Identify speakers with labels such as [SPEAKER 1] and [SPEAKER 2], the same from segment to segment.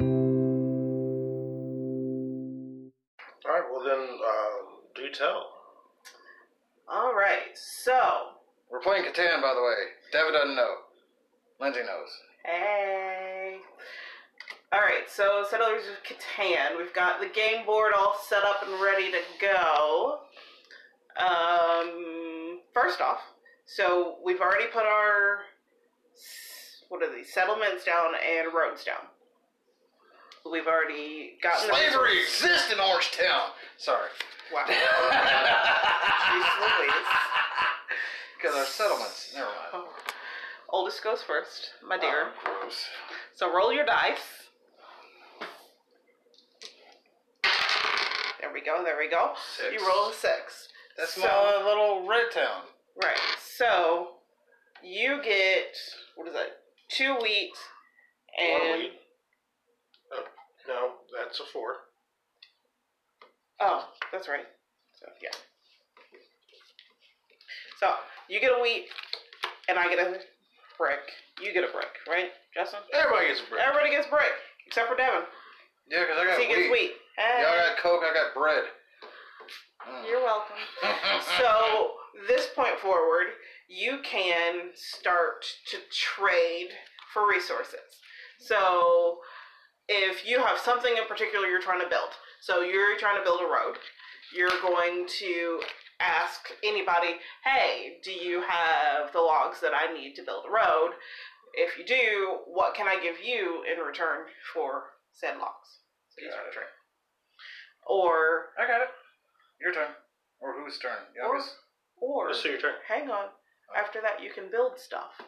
[SPEAKER 1] um,
[SPEAKER 2] We're playing Catan, by the way. Devin doesn't know. Lindsay knows.
[SPEAKER 3] Hey. All right, so Settlers of Catan. We've got the game board all set up and ready to go. Um, first off, so we've already put our s- what are these settlements down and roads down. We've already gotten the
[SPEAKER 2] Slavery
[SPEAKER 3] resource-
[SPEAKER 2] exists in Orange Town. Sorry.
[SPEAKER 3] Wow.
[SPEAKER 2] Jeez
[SPEAKER 3] Louise.
[SPEAKER 2] Because our settlements. Never mind.
[SPEAKER 3] Oh. Oldest goes first, my dear.
[SPEAKER 2] Oh, gross.
[SPEAKER 3] So roll your dice. There we go, there we go.
[SPEAKER 2] Six.
[SPEAKER 3] You roll a six.
[SPEAKER 2] That's
[SPEAKER 3] So-
[SPEAKER 2] my little red town.
[SPEAKER 3] Right. So you get what is that? Two wheat
[SPEAKER 1] One
[SPEAKER 3] and
[SPEAKER 1] wheat. Oh, no, that's a four.
[SPEAKER 3] oh, that's right. So yeah. So you get a wheat and I get a brick. You get a brick, right, Justin?
[SPEAKER 1] Everybody gets a break.
[SPEAKER 3] Everybody gets brick except for Devin.
[SPEAKER 2] Yeah, because I got
[SPEAKER 3] So he gets
[SPEAKER 2] wheat.
[SPEAKER 3] wheat. Hey,
[SPEAKER 2] Y'all got coke, I got bread. Mm.
[SPEAKER 3] You're welcome. so this point forward, you can start to trade for resources. So if you have something in particular you're trying to build, so you're trying to build a road, you're going to ask anybody, hey, do you have the logs that I need to build a road? If you do, what can I give you in return for said logs? So you start
[SPEAKER 2] Got it.
[SPEAKER 3] trade. Or
[SPEAKER 2] I got it. Your turn. Or whose turn? Youngest?
[SPEAKER 3] or
[SPEAKER 1] Let's see your turn.
[SPEAKER 3] hang on. After that, you can build stuff.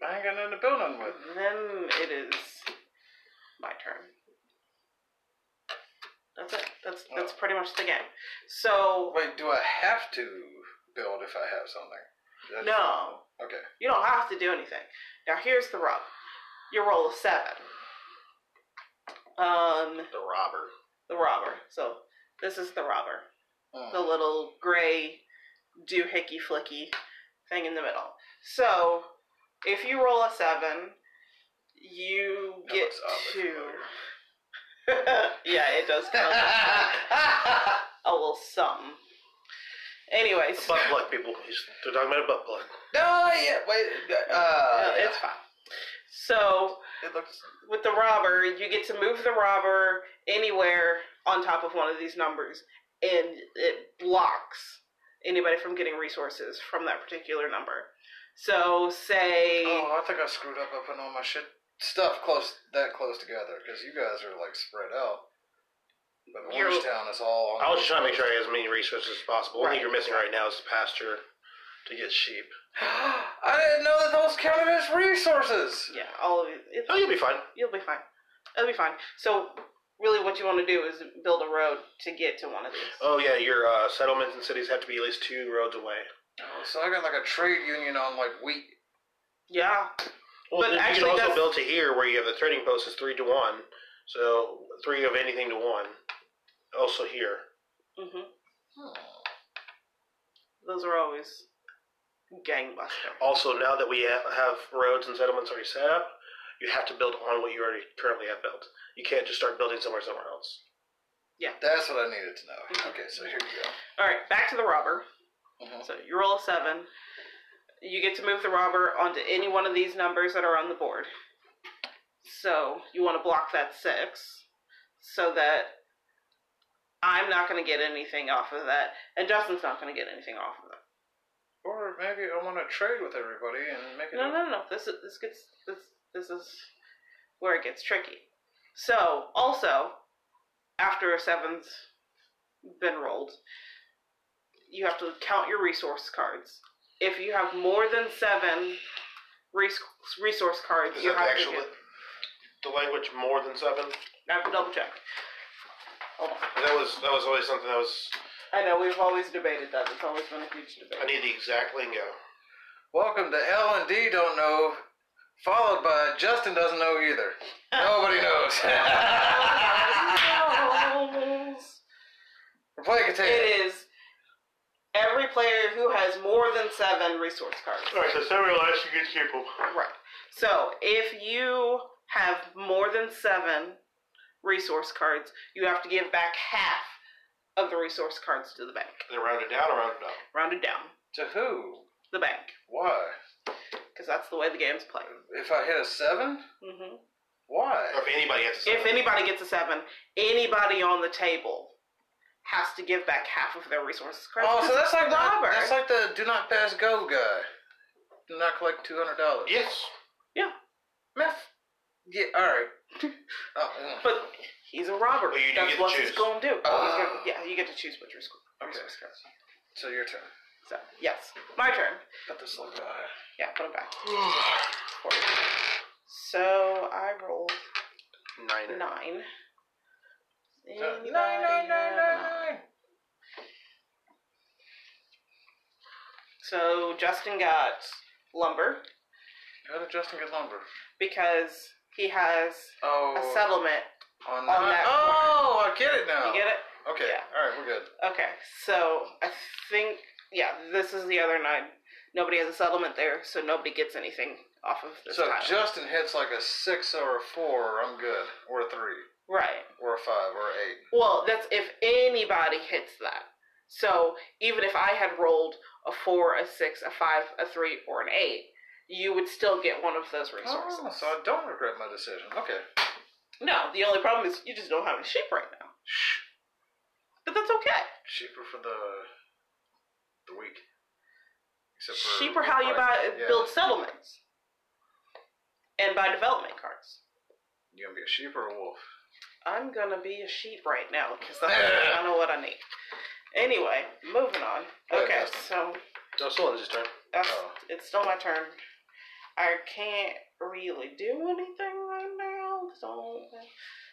[SPEAKER 2] I ain't got nothing to build on with.
[SPEAKER 3] Then it is my turn. That's it. That's that's pretty much the game. So
[SPEAKER 2] Wait, do I have to build if I have something? That's-
[SPEAKER 3] no,
[SPEAKER 2] Okay.
[SPEAKER 3] you don't have to do anything. Now here's the rub. You roll a seven. Um,
[SPEAKER 1] The robber.
[SPEAKER 3] the robber. So this is the robber.
[SPEAKER 2] Mm.
[SPEAKER 3] the little gray doohickey flicky thing in the middle. So if you roll a seven, you
[SPEAKER 2] That
[SPEAKER 3] get
[SPEAKER 2] looks oddly
[SPEAKER 3] to
[SPEAKER 2] familiar.
[SPEAKER 3] yeah, it does kind of a little something. Anyways,
[SPEAKER 1] The butt plug people. He's, they're talking about a butt plug.
[SPEAKER 2] no, yeah, wait. Uh,
[SPEAKER 3] no, it's fine. So
[SPEAKER 2] it looks.
[SPEAKER 3] with the robber, you get to move the robber anywhere on top of one of these numbers, and it blocks anybody from getting resources from that particular number. So, say,
[SPEAKER 2] Oh, I think I screwed up by putting all my shit stuff close that close together because you guys are like spread out. But
[SPEAKER 3] You're-
[SPEAKER 2] Orange Town is all. On
[SPEAKER 1] I was just trying to make sure I had as many resources as possible.
[SPEAKER 3] Right.
[SPEAKER 1] Only you're missing right now is pasture to get sheep.
[SPEAKER 2] I didn't know that those counted as resources.
[SPEAKER 3] yeah, all of it, it
[SPEAKER 1] Oh, you'll be fine.
[SPEAKER 3] you'll be fine. It'll be fine. So, really, what you want to do is build a road to get to one of these.
[SPEAKER 1] Oh yeah, your uh, settlements and cities have to be at least two roads away.
[SPEAKER 2] Oh, so I got like a trade union on like wheat.
[SPEAKER 3] Yeah,
[SPEAKER 1] Well,
[SPEAKER 3] But
[SPEAKER 1] you
[SPEAKER 3] actually,
[SPEAKER 1] can also
[SPEAKER 3] that's-
[SPEAKER 1] build to here where you have the trading post is three to one, so three of anything to one. Also here,
[SPEAKER 3] hmm those are always gangbuster.
[SPEAKER 1] also now that we ha- have roads and settlements already set up, you have to build on what you already currently have built. You can't just start building somewhere somewhere else.
[SPEAKER 2] That's what I needed to know. Okay, so here you go.
[SPEAKER 3] All right, back to the robber.
[SPEAKER 2] Mhm.
[SPEAKER 3] So you roll a seven. You get to move the robber onto any one of these numbers that are on the board. So you want to block that six so that I'm not going to get anything off of that, and Justin's not going to get anything off of that.
[SPEAKER 2] Or maybe I want to trade with everybody and make it.
[SPEAKER 3] No, no, no, no. This is this gets this this is where it gets tricky. So also, after a seven's been rolled, you have to count your resource cards. If you have more than seven res- resource cards,
[SPEAKER 1] Is
[SPEAKER 3] you
[SPEAKER 1] that
[SPEAKER 3] have
[SPEAKER 1] actually
[SPEAKER 3] to. Get,
[SPEAKER 1] the language more than seven?
[SPEAKER 3] I have to double check. Hold on.
[SPEAKER 1] That was that was always something that was.
[SPEAKER 3] I know we've always debated that. It's always been a huge
[SPEAKER 1] I
[SPEAKER 3] debate.
[SPEAKER 1] need the exact lingo.
[SPEAKER 2] Welcome to L and D don't know, followed by Justin doesn't know either. Nobody knows.
[SPEAKER 3] Oh
[SPEAKER 2] We're playing Catan.
[SPEAKER 3] It is every player who has more than seven resource cards.
[SPEAKER 1] All right, so several lives you get people.
[SPEAKER 3] Right. So if you have more than seven resource cards, you have to give back half of the resource cards to the bank.
[SPEAKER 1] They round it down, round it up.
[SPEAKER 3] Round it down.
[SPEAKER 2] To who?
[SPEAKER 3] the bank
[SPEAKER 2] Why?
[SPEAKER 3] because that's the way the game's played.
[SPEAKER 2] If I hit a seven,
[SPEAKER 3] hmm
[SPEAKER 2] why?
[SPEAKER 1] Or if anybody has to
[SPEAKER 3] If anybody gets a seven, anybody on the table has to give back half of their resources.
[SPEAKER 2] Oh, so that's like the,
[SPEAKER 3] Robert.
[SPEAKER 2] that's like the do not pass go guy. Do not collect two hundred dollars.
[SPEAKER 1] Yes.
[SPEAKER 2] Man, f- yeah. All right. oh, mm.
[SPEAKER 3] but he's a robber.
[SPEAKER 1] Well, you do
[SPEAKER 3] that's
[SPEAKER 1] get to
[SPEAKER 3] what he's
[SPEAKER 1] choose.
[SPEAKER 3] going to do. He's gonna-
[SPEAKER 2] Ah.
[SPEAKER 3] yeah, you get to choose what your school.
[SPEAKER 2] Okay.
[SPEAKER 3] resource cards.
[SPEAKER 2] so your turn.
[SPEAKER 3] So yes, my turn.
[SPEAKER 2] Put this little guy.
[SPEAKER 3] Yeah, put him back. for you. So I rolled
[SPEAKER 1] Nine.
[SPEAKER 3] nine.
[SPEAKER 2] Nine,
[SPEAKER 3] Anybody
[SPEAKER 2] nine, nine, nine,
[SPEAKER 3] have a nine?
[SPEAKER 2] nine.
[SPEAKER 3] So Justin got lumber
[SPEAKER 2] How did Justin get lumber?
[SPEAKER 3] because he has
[SPEAKER 2] Oh,
[SPEAKER 3] a settlement.
[SPEAKER 2] on,
[SPEAKER 3] on
[SPEAKER 2] nine-
[SPEAKER 3] that
[SPEAKER 2] Oh, I get it now.
[SPEAKER 3] You get it?
[SPEAKER 2] Okay.
[SPEAKER 3] Yeah.
[SPEAKER 2] All right, we're good.
[SPEAKER 3] Okay, so I think yeah, this is the other nine. Nobody has a settlement there, so nobody gets anything off of this
[SPEAKER 2] so
[SPEAKER 3] tile.
[SPEAKER 2] if Justin hits like a six or a four. I'm good. Or a three.
[SPEAKER 3] right.
[SPEAKER 2] Or a five. Or an eight.
[SPEAKER 3] Well, that's if anybody hits that. So even if I had rolled a four, a six, a five, a three, or an eight, you would still get one of those resources.
[SPEAKER 2] Oh, so I don't regret my decision. Okay.
[SPEAKER 3] No, the only problem is you just don't have any sheep right now.
[SPEAKER 2] Shh.
[SPEAKER 3] But that's okay.
[SPEAKER 2] Cheaper for the the week. Except
[SPEAKER 3] Sheep are how you buy
[SPEAKER 2] Yeah.
[SPEAKER 3] build settlements. And buy development cards.
[SPEAKER 2] You gonna be a sheep or a wolf?
[SPEAKER 3] I'm gonna be a sheep right now because that's kind of what I need. Anyway, moving on.
[SPEAKER 2] Go ahead,
[SPEAKER 3] Okay,
[SPEAKER 2] Justin.
[SPEAKER 3] so
[SPEAKER 1] No, still on his turn.
[SPEAKER 3] that's
[SPEAKER 2] Oh.
[SPEAKER 3] it's still my turn. I can't really do anything right now. So,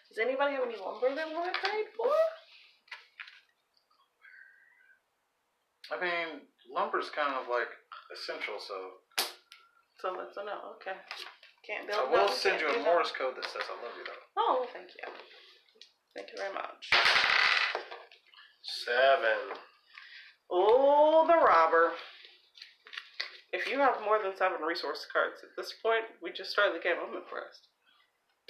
[SPEAKER 3] does anybody have any lumber they want to trade for?
[SPEAKER 2] I mean, lumber's kind of like essential, so
[SPEAKER 3] So that's a no. Okay, can't build.
[SPEAKER 2] I will
[SPEAKER 3] nothing,
[SPEAKER 2] send you
[SPEAKER 3] can't
[SPEAKER 2] a
[SPEAKER 3] do
[SPEAKER 2] Morse code that says I love you though.
[SPEAKER 3] nothing. Oh, well, thank you. Thank you very much.
[SPEAKER 1] Seven.
[SPEAKER 3] Oh, the robber. If you have more than seven resource cards at this point, we just started the game. I'm impressed.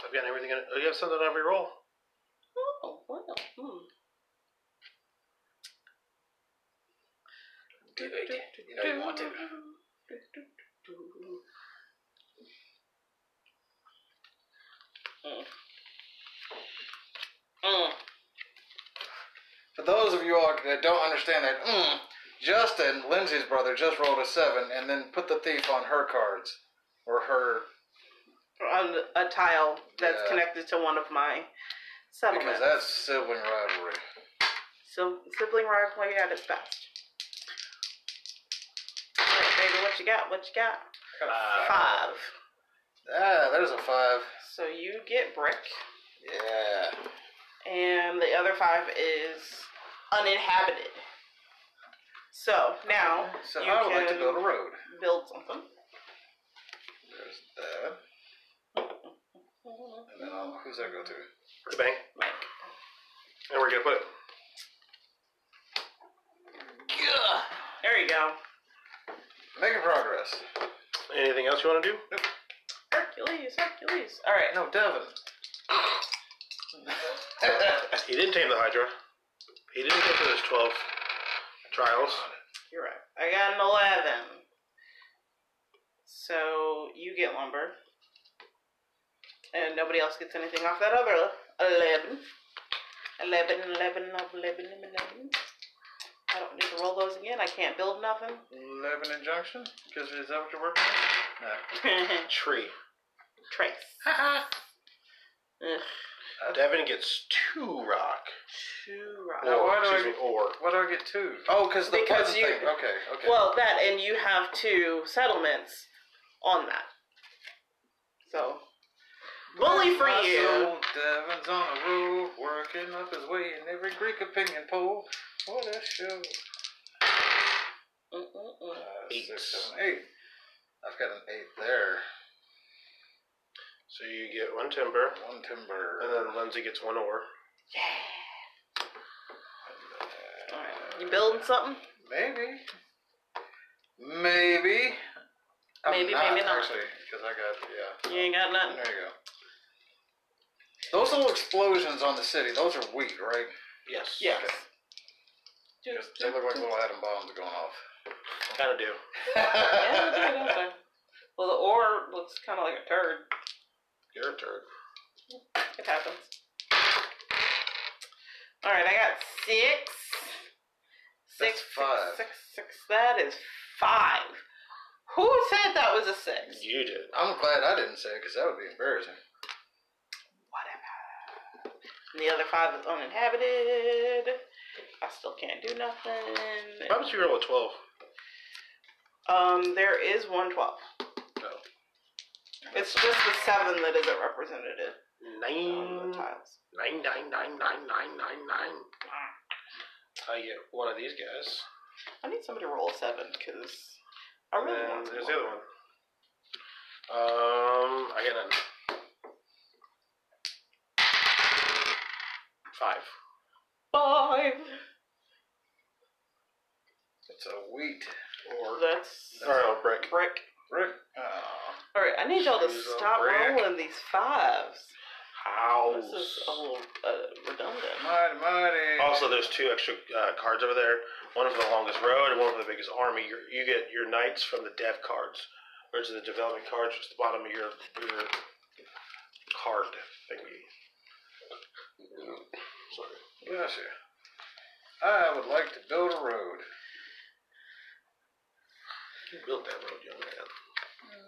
[SPEAKER 1] I've got everything in it. Oh, you have something on every roll.
[SPEAKER 3] Oh, well. Hmm.
[SPEAKER 2] Do it. You know you want to.
[SPEAKER 3] Mm. Mm.
[SPEAKER 2] For those of you all that don't understand that, mm, Justin, Lindsay's brother, just rolled a seven and then put the thief on her cards. Or her
[SPEAKER 3] On Um, a tile that's
[SPEAKER 2] Yeah.
[SPEAKER 3] connected to one of my
[SPEAKER 2] because
[SPEAKER 3] settlements.
[SPEAKER 2] that's sibling rivalry.
[SPEAKER 3] so sibling rivalry at its best. Alright, baby, what you got? What you got?
[SPEAKER 1] Uh,
[SPEAKER 3] Five.
[SPEAKER 2] Ah, there's a five.
[SPEAKER 3] So you get brick,
[SPEAKER 2] Yeah.
[SPEAKER 3] and the other five is uninhabited. So now
[SPEAKER 2] So
[SPEAKER 3] you
[SPEAKER 2] I would like to
[SPEAKER 3] can-
[SPEAKER 2] build a road.
[SPEAKER 3] build something.
[SPEAKER 2] There's that. And then I'll, who's that go to?
[SPEAKER 1] the bank.
[SPEAKER 3] Like,
[SPEAKER 1] And we're going to put
[SPEAKER 3] There you go.
[SPEAKER 2] Making progress.
[SPEAKER 1] anything else you want to do?
[SPEAKER 3] Hercules, Hercules. All right.
[SPEAKER 2] No, Devin.
[SPEAKER 1] He didn't tame the Hydra. He didn't go through his 12 trials.
[SPEAKER 3] You're right. I got an 11. So you get lumber. And nobody else gets anything off that other 11. 11, 11, 11, 11. I don't need to roll those again. I can't build nothing.
[SPEAKER 2] Lebanon Junction? Because is that what you're working on? No.
[SPEAKER 1] Tree.
[SPEAKER 3] Trace. Ugh.
[SPEAKER 1] Devin gets two rock.
[SPEAKER 3] Two
[SPEAKER 2] Now, No.
[SPEAKER 3] rocks.
[SPEAKER 1] Or,
[SPEAKER 2] why do
[SPEAKER 1] excuse
[SPEAKER 2] I-
[SPEAKER 1] me, or.
[SPEAKER 2] Why do I get two? Oh, because the
[SPEAKER 3] Because
[SPEAKER 2] button
[SPEAKER 3] you-
[SPEAKER 2] thing. Okay, okay.
[SPEAKER 3] Well, that and you have two settlements on that. So bully for
[SPEAKER 2] My
[SPEAKER 3] you.
[SPEAKER 2] soul, Devin's on the road, working up his way in every Greek opinion poll. What a show. Uh,
[SPEAKER 3] Mm-mm-mm.
[SPEAKER 2] Six,
[SPEAKER 1] Eights.
[SPEAKER 2] seven, eight. I've got an eight there.
[SPEAKER 1] So you get one timber.
[SPEAKER 2] One timber.
[SPEAKER 1] And then Lindsay gets one ore.
[SPEAKER 3] Yeah.
[SPEAKER 2] Uh,
[SPEAKER 3] All right. You building something?
[SPEAKER 2] Maybe. Maybe.
[SPEAKER 3] Maybe, maybe not.
[SPEAKER 2] Actually, because I got, yeah.
[SPEAKER 3] You ain't got nothing.
[SPEAKER 2] There you go. Those little explosions on the city, those are wheat, right?
[SPEAKER 1] Yes.
[SPEAKER 3] Yes.
[SPEAKER 2] Yes, They look like little atom bombs going off.
[SPEAKER 1] Kind of do.
[SPEAKER 3] Yeah, they do, don't they? Well, the ore looks kind of like a turd.
[SPEAKER 1] You're a turd.
[SPEAKER 3] It happens. All right, I got six.
[SPEAKER 2] That's
[SPEAKER 3] Six,
[SPEAKER 2] five.
[SPEAKER 3] six, six, six. That is five. Who said that was a six?
[SPEAKER 1] You did.
[SPEAKER 2] I'm glad I didn't say it because that would be embarrassing.
[SPEAKER 3] Whatever. And the other five is uninhabited. I still can't do nothing.
[SPEAKER 1] Why did you roll a twelve?
[SPEAKER 3] Um, there is one twelve.
[SPEAKER 1] Oh.
[SPEAKER 3] It's just the seven that isn't represented on
[SPEAKER 1] Nine,
[SPEAKER 3] the tiles.
[SPEAKER 1] nine, nine, nine, nine, nine, nine, nine. I get one of these guys.
[SPEAKER 3] I need somebody to roll a seven because I
[SPEAKER 1] And
[SPEAKER 3] really
[SPEAKER 1] then
[SPEAKER 3] want to.
[SPEAKER 1] there's
[SPEAKER 3] roll.
[SPEAKER 1] the other one. Um, I got a five.
[SPEAKER 3] Five.
[SPEAKER 2] It's a wheat.
[SPEAKER 1] Or
[SPEAKER 3] That's
[SPEAKER 1] or a brick.
[SPEAKER 3] brick.
[SPEAKER 2] Rick. Oh.
[SPEAKER 3] All right, I need y'all to
[SPEAKER 1] She's a
[SPEAKER 3] stop
[SPEAKER 1] brick.
[SPEAKER 3] rolling these fives.
[SPEAKER 1] House.
[SPEAKER 3] This is a little uh, redundant.
[SPEAKER 2] Mighty, mighty.
[SPEAKER 1] Also, there's two extra uh, cards over there. One for the longest road, and one for the biggest army. you you get your knights from the dev cards, which are the development cards, which is the bottom of your your card thingy. Sorry.
[SPEAKER 2] Gotcha. I would like to build a road.
[SPEAKER 1] You built that road, young man.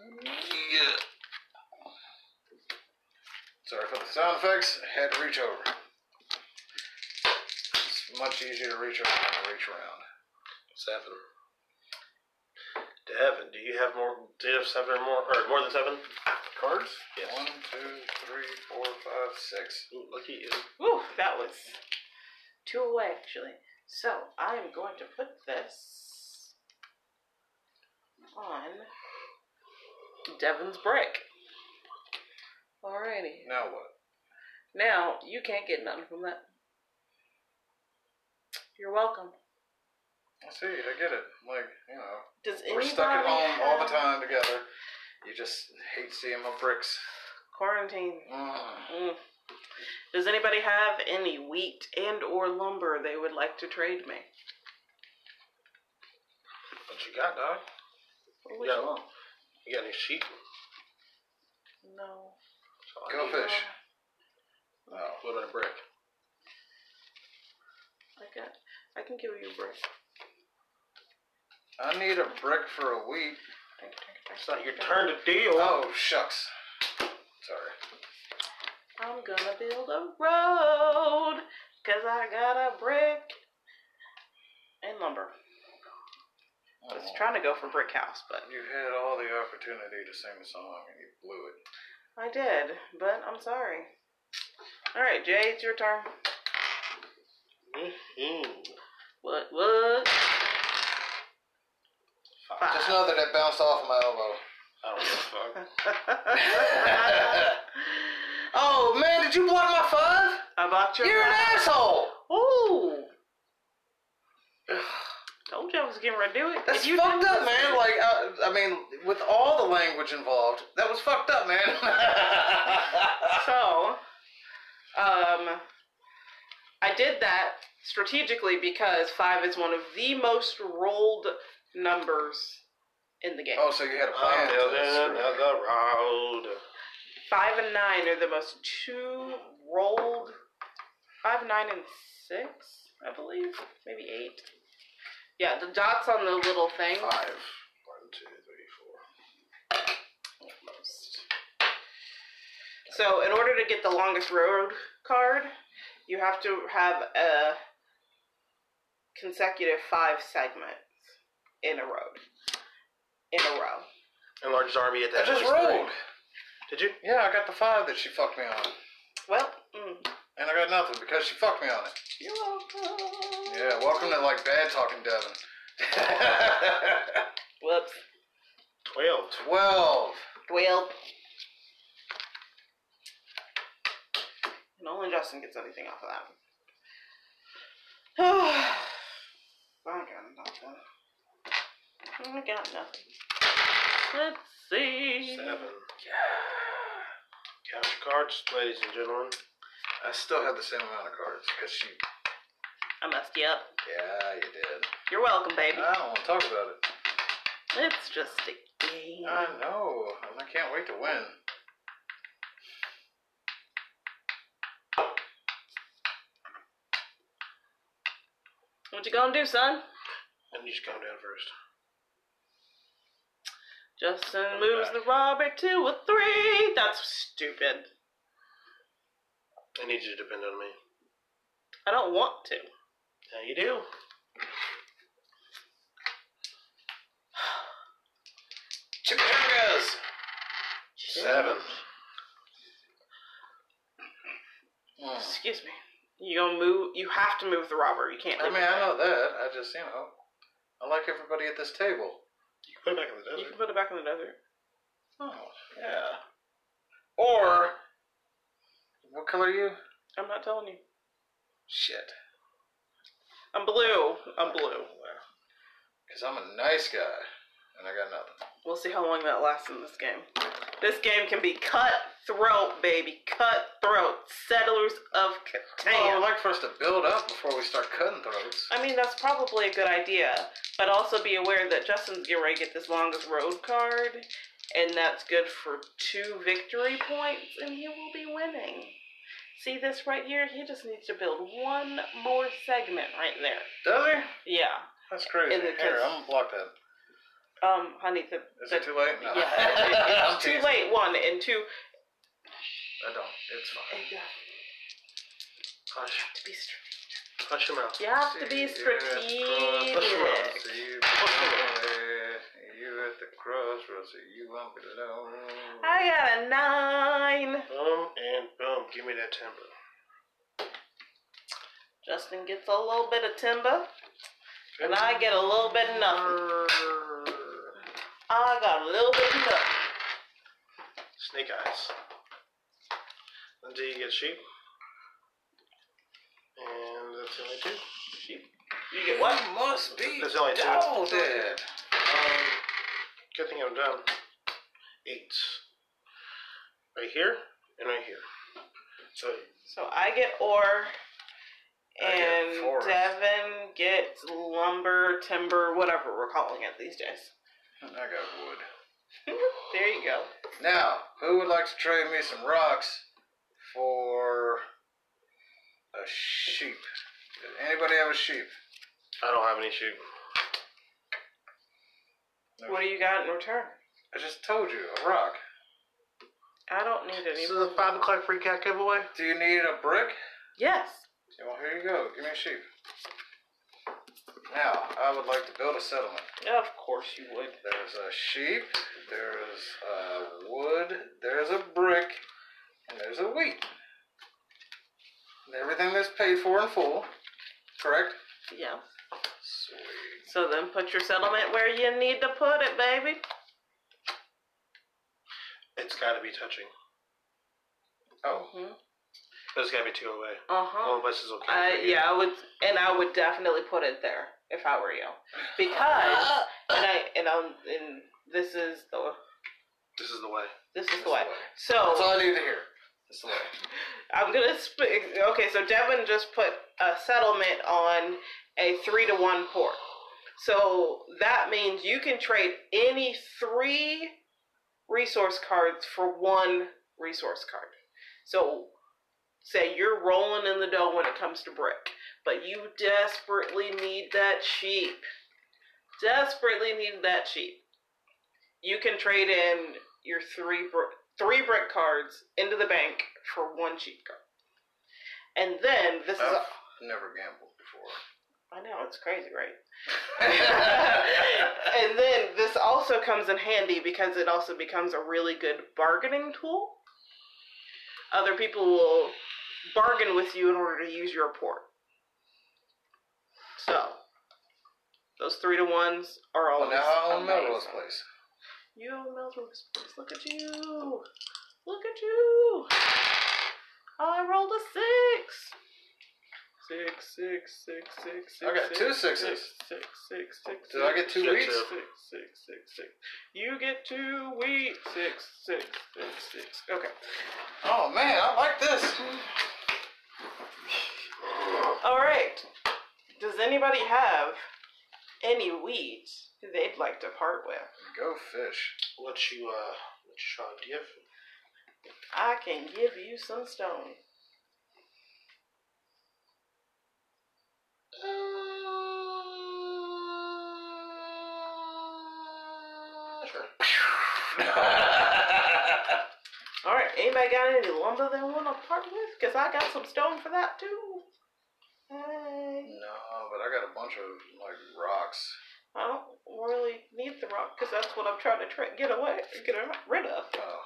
[SPEAKER 2] Mm-hmm. Yeah. Sorry for the sound effects. Had to reach over. It's much easier to reach over than to reach around.
[SPEAKER 1] Seven. Devin, do you have more? Do you have seven or more, or more than seven?
[SPEAKER 2] Cards?
[SPEAKER 1] Yes.
[SPEAKER 2] One, two, three, four, five, six.
[SPEAKER 1] Ooh, lucky you.
[SPEAKER 3] Woo, that was two away actually. So I'm going to put this on Devin's brick. Alrighty.
[SPEAKER 2] Now what?
[SPEAKER 3] Now you can't get nothing from that. You're welcome.
[SPEAKER 2] I see, I get it. Like, you know,
[SPEAKER 3] Does
[SPEAKER 2] we're
[SPEAKER 3] anybody
[SPEAKER 2] stuck at home
[SPEAKER 3] have
[SPEAKER 2] all the time together. You just hate seeing my bricks.
[SPEAKER 3] quarantine?
[SPEAKER 2] Mm.
[SPEAKER 3] Mm. Does anybody have any wheat and or lumber they would like to trade me?
[SPEAKER 1] What you got, dog?
[SPEAKER 3] What would
[SPEAKER 1] Yeah.
[SPEAKER 3] you want?
[SPEAKER 1] You got any sheep?
[SPEAKER 3] No.
[SPEAKER 1] So I
[SPEAKER 2] Go
[SPEAKER 1] need
[SPEAKER 2] fish.
[SPEAKER 1] A little bit of brick.
[SPEAKER 3] I got. I can give you a break.
[SPEAKER 2] I need a brick for a week.
[SPEAKER 1] It's not your turn to deal.
[SPEAKER 2] Oh, shucks. Sorry.
[SPEAKER 3] I'm gonna build a road because I got a brick and lumber.
[SPEAKER 2] Oh.
[SPEAKER 3] I was trying to go for brick house, but
[SPEAKER 2] You had all the opportunity to sing a song and you blew it.
[SPEAKER 3] I did. But I'm sorry. All right, Jay, it's your turn.
[SPEAKER 1] Mm-hmm.
[SPEAKER 3] What? What? Five.
[SPEAKER 2] Just know that it bounced off my elbow.
[SPEAKER 1] I don't give a fuck.
[SPEAKER 2] Oh man, did you blow my five?
[SPEAKER 3] I bought your.
[SPEAKER 2] You're an asshole.
[SPEAKER 3] Ooh. Told you I was getting ready to do it.
[SPEAKER 2] That's
[SPEAKER 3] If you
[SPEAKER 2] fucked
[SPEAKER 3] didn't
[SPEAKER 2] up,
[SPEAKER 3] listen-
[SPEAKER 2] man. Like, I, I mean, with all the language involved, that was fucked up, man.
[SPEAKER 3] so, um, I did that strategically because five is one of the most rolled numbers in the game.
[SPEAKER 2] oh, so you had a
[SPEAKER 1] I'm
[SPEAKER 2] plan? to
[SPEAKER 1] building
[SPEAKER 2] screw me.
[SPEAKER 1] another road.
[SPEAKER 3] Five and nine are the most two rolled. Five, nine, and six, I believe, maybe eight. Yeah, the dots on the little thing.
[SPEAKER 1] Five. One, two, three, four.
[SPEAKER 3] Almost. So, in order to get the longest road card, you have to have a consecutive five segments in a road. In a row.
[SPEAKER 1] And largest army at
[SPEAKER 2] I
[SPEAKER 1] that.
[SPEAKER 2] just
[SPEAKER 1] was three.
[SPEAKER 2] rolled.
[SPEAKER 1] Did you?
[SPEAKER 2] Yeah, I got the five that she fucked me on,
[SPEAKER 3] Well, mm,
[SPEAKER 2] and I got nothing because she fucked me on it.
[SPEAKER 3] you're welcome.
[SPEAKER 2] Yeah, welcome to like bad talking Devin.
[SPEAKER 3] Whoops.
[SPEAKER 1] Twelve.
[SPEAKER 2] Twelve.
[SPEAKER 3] Well. And only Justin gets anything off of that. I got nothing. I got nothing. Let's see.
[SPEAKER 1] Seven. Count your cards, ladies and gentlemen.
[SPEAKER 2] I still had the same amount of cards because she
[SPEAKER 3] I messed you up.
[SPEAKER 2] Yeah, you did.
[SPEAKER 3] You're welcome, baby.
[SPEAKER 2] I don't want to talk about it.
[SPEAKER 3] It's just a game.
[SPEAKER 2] I know. and I can't wait to win.
[SPEAKER 3] What you gonna do, son?
[SPEAKER 1] And you just calm down first.
[SPEAKER 3] Justin
[SPEAKER 1] I'm
[SPEAKER 3] moves
[SPEAKER 1] back.
[SPEAKER 3] the robber to a three. That's stupid.
[SPEAKER 1] I need you to depend on me.
[SPEAKER 3] I don't want to.
[SPEAKER 1] Yeah, you do.
[SPEAKER 2] Chimichangas!
[SPEAKER 1] Seven.
[SPEAKER 2] Mm.
[SPEAKER 3] Excuse me. You gonna move? You have to move the robber. You can't.
[SPEAKER 2] I
[SPEAKER 3] leave
[SPEAKER 2] mean,
[SPEAKER 3] it
[SPEAKER 2] I
[SPEAKER 3] there.
[SPEAKER 2] know that. I just, you know, I like everybody at this table.
[SPEAKER 1] You can put it back in the
[SPEAKER 3] You can
[SPEAKER 1] desert.
[SPEAKER 3] put it back in the desert.
[SPEAKER 2] Oh, yeah. Or, what color are you?
[SPEAKER 3] I'm not telling you.
[SPEAKER 2] Shit.
[SPEAKER 3] I'm blue. I'm blue.
[SPEAKER 2] Because I'm a nice guy, and I got nothing.
[SPEAKER 3] We'll see how long that lasts in this game. This game can be cutthroat, baby. Cutthroat. Settlers
[SPEAKER 2] Well,
[SPEAKER 3] of
[SPEAKER 2] I would
[SPEAKER 3] Catan.
[SPEAKER 2] Oh, like for us to build up before we start cutting throats.
[SPEAKER 3] I mean, that's probably a good idea, but also be aware that Justin's getting ready to get this longest road card, and that's good for two victory points, and he will be winning. See this right here? He just needs to build one more segment right there.
[SPEAKER 2] Does he?
[SPEAKER 3] Yeah.
[SPEAKER 2] That's crazy.
[SPEAKER 3] In the
[SPEAKER 2] Here,
[SPEAKER 3] kids-
[SPEAKER 2] I'm gonna block that.
[SPEAKER 3] Um, honey, the,
[SPEAKER 2] Is
[SPEAKER 3] the
[SPEAKER 2] it too late? No.
[SPEAKER 3] yeah,
[SPEAKER 2] I'm
[SPEAKER 3] it's too
[SPEAKER 2] teasing.
[SPEAKER 3] late. One and two.
[SPEAKER 2] I don't. It's fine.
[SPEAKER 3] You have
[SPEAKER 1] Hush.
[SPEAKER 3] to be str-
[SPEAKER 1] Hush your mouth.
[SPEAKER 3] You have to be
[SPEAKER 2] See you at the crossroads,
[SPEAKER 3] strategic.
[SPEAKER 2] see you below it. You at the crossroads, see you up below.
[SPEAKER 3] I got a nine.
[SPEAKER 1] Boom and boom. Give me that timber.
[SPEAKER 3] Justin gets a little bit of timber, and I get a little bit of nothing. I got a little bit of nothing.
[SPEAKER 1] Snake eyes. Until you get sheep. And that's the only two.
[SPEAKER 3] You get what?
[SPEAKER 2] must be
[SPEAKER 1] There's only two.
[SPEAKER 2] doll dead.
[SPEAKER 1] Um, good thing I'm done. Eight. Right here and right here. So
[SPEAKER 3] So I get ore,
[SPEAKER 2] I get
[SPEAKER 3] and
[SPEAKER 2] forest.
[SPEAKER 3] Devin gets lumber, timber, whatever we're calling it these days.
[SPEAKER 2] I got wood.
[SPEAKER 3] There you go.
[SPEAKER 2] Now, who would like to trade me some rocks for a sheep? Does anybody have a sheep?
[SPEAKER 1] I don't have any sheep.
[SPEAKER 3] What do you got in return?
[SPEAKER 2] I just told you, a rock.
[SPEAKER 3] I don't need any.
[SPEAKER 1] This is a five o'clock free cat giveaway.
[SPEAKER 2] Do you need a brick?
[SPEAKER 3] Yes.
[SPEAKER 2] Well, here you go. Give me a sheep. Now, I would like to build a settlement.
[SPEAKER 3] Of course you would.
[SPEAKER 2] There's a sheep, there's uh, wood, there's a brick, and there's a wheat. And everything that's paid for in full, correct?
[SPEAKER 3] Yeah.
[SPEAKER 2] Sweet.
[SPEAKER 3] So then put your settlement where you need to put it, baby.
[SPEAKER 1] It's gotta be touching.
[SPEAKER 2] Oh,
[SPEAKER 3] Mm-hmm.
[SPEAKER 1] There's gotta be two away.
[SPEAKER 3] Uh
[SPEAKER 1] One
[SPEAKER 3] huh.
[SPEAKER 1] of us is okay.
[SPEAKER 3] Uh,
[SPEAKER 1] for you.
[SPEAKER 3] yeah, I would, and I would definitely put it there if I were you, because and I and I'm and this is the
[SPEAKER 1] This is the way.
[SPEAKER 3] this is
[SPEAKER 2] that's
[SPEAKER 3] the way.
[SPEAKER 2] the way. That's
[SPEAKER 3] So
[SPEAKER 2] all I need to hear. That's the way.
[SPEAKER 3] I'm gonna sp- okay. So Devin just put a settlement on a three to one port. So that means you can trade any three resource cards for one resource card. So say you're rolling in the dough when it comes to brick, but you desperately need that sheep. Desperately need that sheep. You can trade in your three br- three brick cards into the bank for one sheep card. And then this is
[SPEAKER 2] I've
[SPEAKER 3] a-
[SPEAKER 2] never gambled before.
[SPEAKER 3] I know it's crazy, right? and then this also comes in handy because it also becomes a really good bargaining tool. Other people will bargain with you in order to use your port. So, those three to ones are all.
[SPEAKER 2] well, Oh, now I own Melrose Place.
[SPEAKER 3] You own Melrose Place. Look at you. Look at you. I rolled a six. Six, six, six, six, six.
[SPEAKER 2] I got
[SPEAKER 3] six,
[SPEAKER 2] two sixes.
[SPEAKER 3] Six, six, six, six.
[SPEAKER 2] Did I get two
[SPEAKER 1] Shit,
[SPEAKER 2] weeks?
[SPEAKER 1] too.
[SPEAKER 3] Six, six, six, six. You get two wheat. Six, six, six, six. Okay.
[SPEAKER 2] Oh man, I like this.
[SPEAKER 3] All right. Does anybody have any weeds they'd like to part with?
[SPEAKER 2] Go fish.
[SPEAKER 1] Let you, uh, let you try and give.
[SPEAKER 3] I can give you some stone.
[SPEAKER 1] Uh, sure.
[SPEAKER 3] All right, anybody got any lumber they want to part with? Because I got some stone for that too. Hey.
[SPEAKER 2] No, but I got a bunch of like rocks.
[SPEAKER 3] I don't really need the rock because that's what I'm trying to tra- get away, get a- rid of.
[SPEAKER 2] Oh.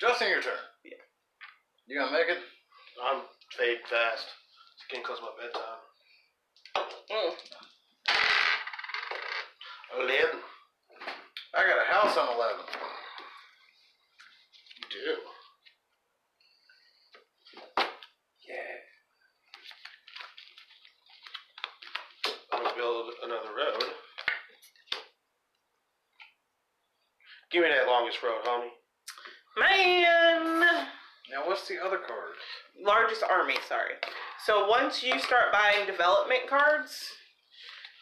[SPEAKER 2] Justin, your turn.
[SPEAKER 3] Yeah.
[SPEAKER 2] You gonna make it?
[SPEAKER 1] I'm fade fast. It's getting close to my bedtime.
[SPEAKER 3] Mm.
[SPEAKER 1] Eleven.
[SPEAKER 2] I got a house on eleven.
[SPEAKER 1] You do.
[SPEAKER 2] Yeah.
[SPEAKER 1] I'm gonna build another road. Give me that longest road, homie.
[SPEAKER 3] Man,
[SPEAKER 2] Now what's the other card?
[SPEAKER 3] largest army. Sorry. So once you start buying development cards,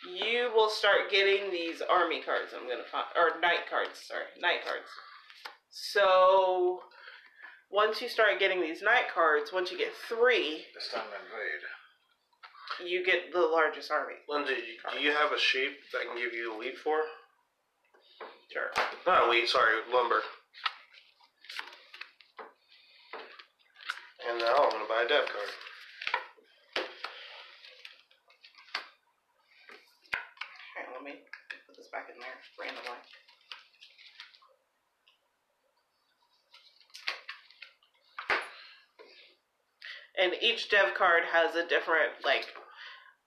[SPEAKER 3] you will start getting these army cards. I'm gonna find or knight cards. Sorry, knight cards. So once you start getting these knight cards, once you get three,
[SPEAKER 2] This time to invade.
[SPEAKER 3] you get the largest army.
[SPEAKER 1] Lindsay, do you have a sheep that can give you the wheat for?
[SPEAKER 3] Sure.
[SPEAKER 1] Not wheat, sorry, lumber. And now I'm gonna buy a dev card.
[SPEAKER 3] Alright, let me put this back in there randomly. And each dev card has a different, like,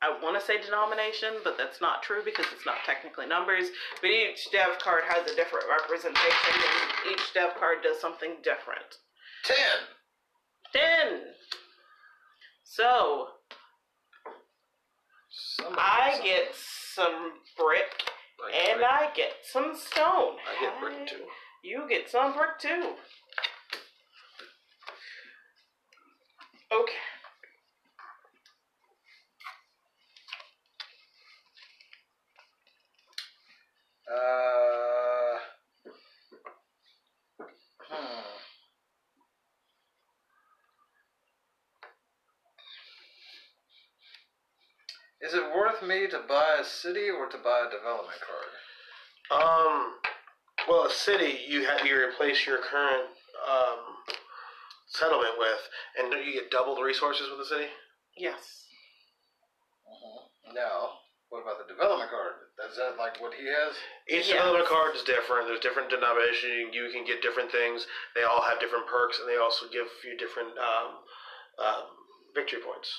[SPEAKER 3] I want to say denomination, but that's not true because it's not technically numbers. But each dev card has a different representation, and each dev card does something different.
[SPEAKER 2] Ten.
[SPEAKER 3] 10! So,
[SPEAKER 2] Somebody
[SPEAKER 3] I
[SPEAKER 2] something.
[SPEAKER 3] get some brick
[SPEAKER 1] I
[SPEAKER 3] and I get some stone.
[SPEAKER 1] I get brick too.
[SPEAKER 3] You get some brick too. Okay.
[SPEAKER 2] Uh. Hmm. Is it worth me to buy a city or to buy a development card?
[SPEAKER 1] Um, well, a city you have you replace your current um, settlement with, and don't you get double the resources with the city?
[SPEAKER 3] Yes.
[SPEAKER 2] Mm-hmm. No. What about the development card? Is that like what he has?
[SPEAKER 1] Each
[SPEAKER 3] Yes.
[SPEAKER 1] development card is different. There's different denomination. You can get different things. They all have different perks, and they also give you different um, um, victory points.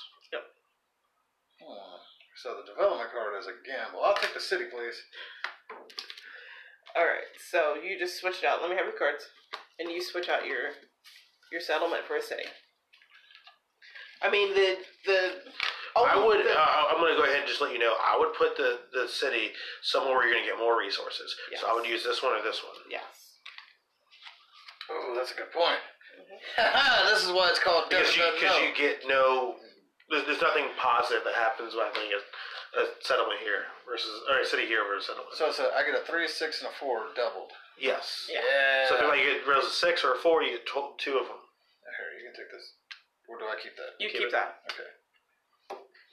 [SPEAKER 2] Hmm. So the development card is a gamble. I'll take the city, please.
[SPEAKER 3] All right. So you just switch it out. Let me have your cards, and you switch out your your settlement for a city. I mean the the.
[SPEAKER 1] I would.
[SPEAKER 3] the-
[SPEAKER 1] Uh, I'm going to go ahead and just let you know. I would put the, the city somewhere where you're going to get more resources. So I would
[SPEAKER 3] Yes.
[SPEAKER 1] use this one or this one.
[SPEAKER 3] yes.
[SPEAKER 2] Oh, that's a good point. Haha, this is why it's called
[SPEAKER 1] Because
[SPEAKER 2] Death Doesn't
[SPEAKER 1] you, because
[SPEAKER 2] Know.
[SPEAKER 1] you get no, there's, there's nothing positive that happens by having a, a settlement here versus or a city here versus a settlement.
[SPEAKER 2] So, so I get a three, six, and a four doubled.
[SPEAKER 1] yes.
[SPEAKER 3] Yeah.
[SPEAKER 1] So if you like get rid of six or a four, you get tw- two of them.
[SPEAKER 2] Here, you can take this. Where do I keep that?
[SPEAKER 3] You
[SPEAKER 1] Keep
[SPEAKER 3] keep,
[SPEAKER 1] it.
[SPEAKER 3] that,
[SPEAKER 2] Okay.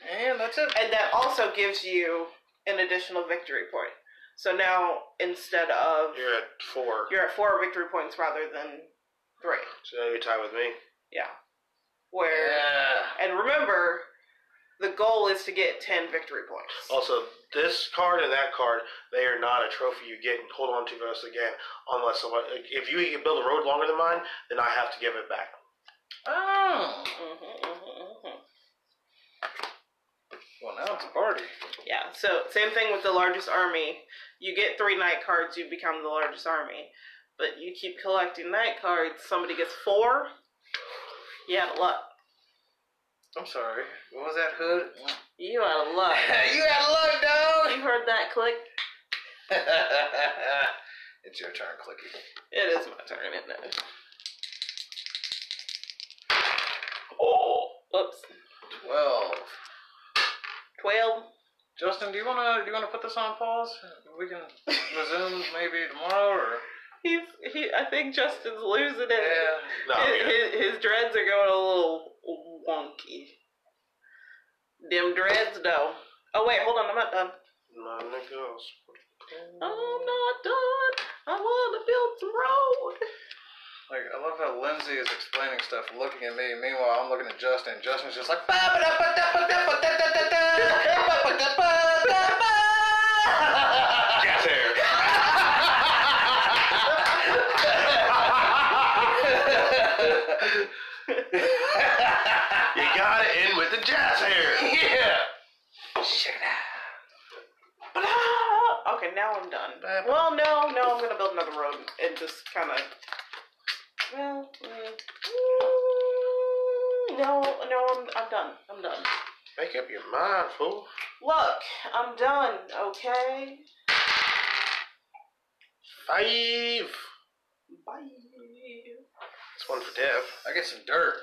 [SPEAKER 2] And that's it.
[SPEAKER 3] and that also gives you an additional victory point. So now instead of
[SPEAKER 1] You're at four.
[SPEAKER 3] you're at four victory points rather than three.
[SPEAKER 1] so now you're tied with me.
[SPEAKER 3] Yeah. Where
[SPEAKER 2] Yeah.
[SPEAKER 3] and remember, the goal is to get ten victory points.
[SPEAKER 1] Also, this card and that card, they are not a trophy you get and hold on to for the rest of the game. Unless someone, if you can build a road longer than mine, then I have to give it back.
[SPEAKER 2] Oh.
[SPEAKER 3] Mhm, mhm, mhm.
[SPEAKER 2] Well, now it's a party.
[SPEAKER 3] Yeah. So same thing with the largest army. You get three knight cards, you become the largest army. But you keep collecting knight cards. Somebody gets four. You out of luck.
[SPEAKER 2] I'm sorry. What was that hood?
[SPEAKER 3] You out of luck.
[SPEAKER 2] you had luck, dog.
[SPEAKER 3] you heard that click?
[SPEAKER 2] it's your turn, Clicky.
[SPEAKER 3] It is my turn, isn't it? Oh, whoops.
[SPEAKER 2] Twelve.
[SPEAKER 3] Twelve.
[SPEAKER 2] Justin, do you wanna do you wanna put this on pause? We can resume maybe tomorrow or
[SPEAKER 3] He's he. I think Justin's losing it.
[SPEAKER 2] yeah.
[SPEAKER 1] No, I'm
[SPEAKER 3] his,
[SPEAKER 1] good.
[SPEAKER 3] his, his dreads are going a little wonky. Them dreads, though. Oh wait, hold on. I'm not done.
[SPEAKER 1] Mine and girls.
[SPEAKER 3] I'm not done. I want to build some road.
[SPEAKER 2] Like I love how Lindsay is explaining stuff, looking at me. Meanwhile, I'm looking at Justin. Justin's just like.
[SPEAKER 1] Get there. you gotta end with the jazz hair.
[SPEAKER 2] yeah.
[SPEAKER 3] Blah. Ah! Okay, now I'm done. Well, no, no, I'm gonna build another road and just kind of. Well, mm, mm, no, no, I'm, I'm done. I'm done.
[SPEAKER 1] Make up your mind, fool.
[SPEAKER 3] Look, I'm done. Okay,
[SPEAKER 1] Five. That's
[SPEAKER 3] bye.
[SPEAKER 1] one for Dev.
[SPEAKER 2] I get some dirt.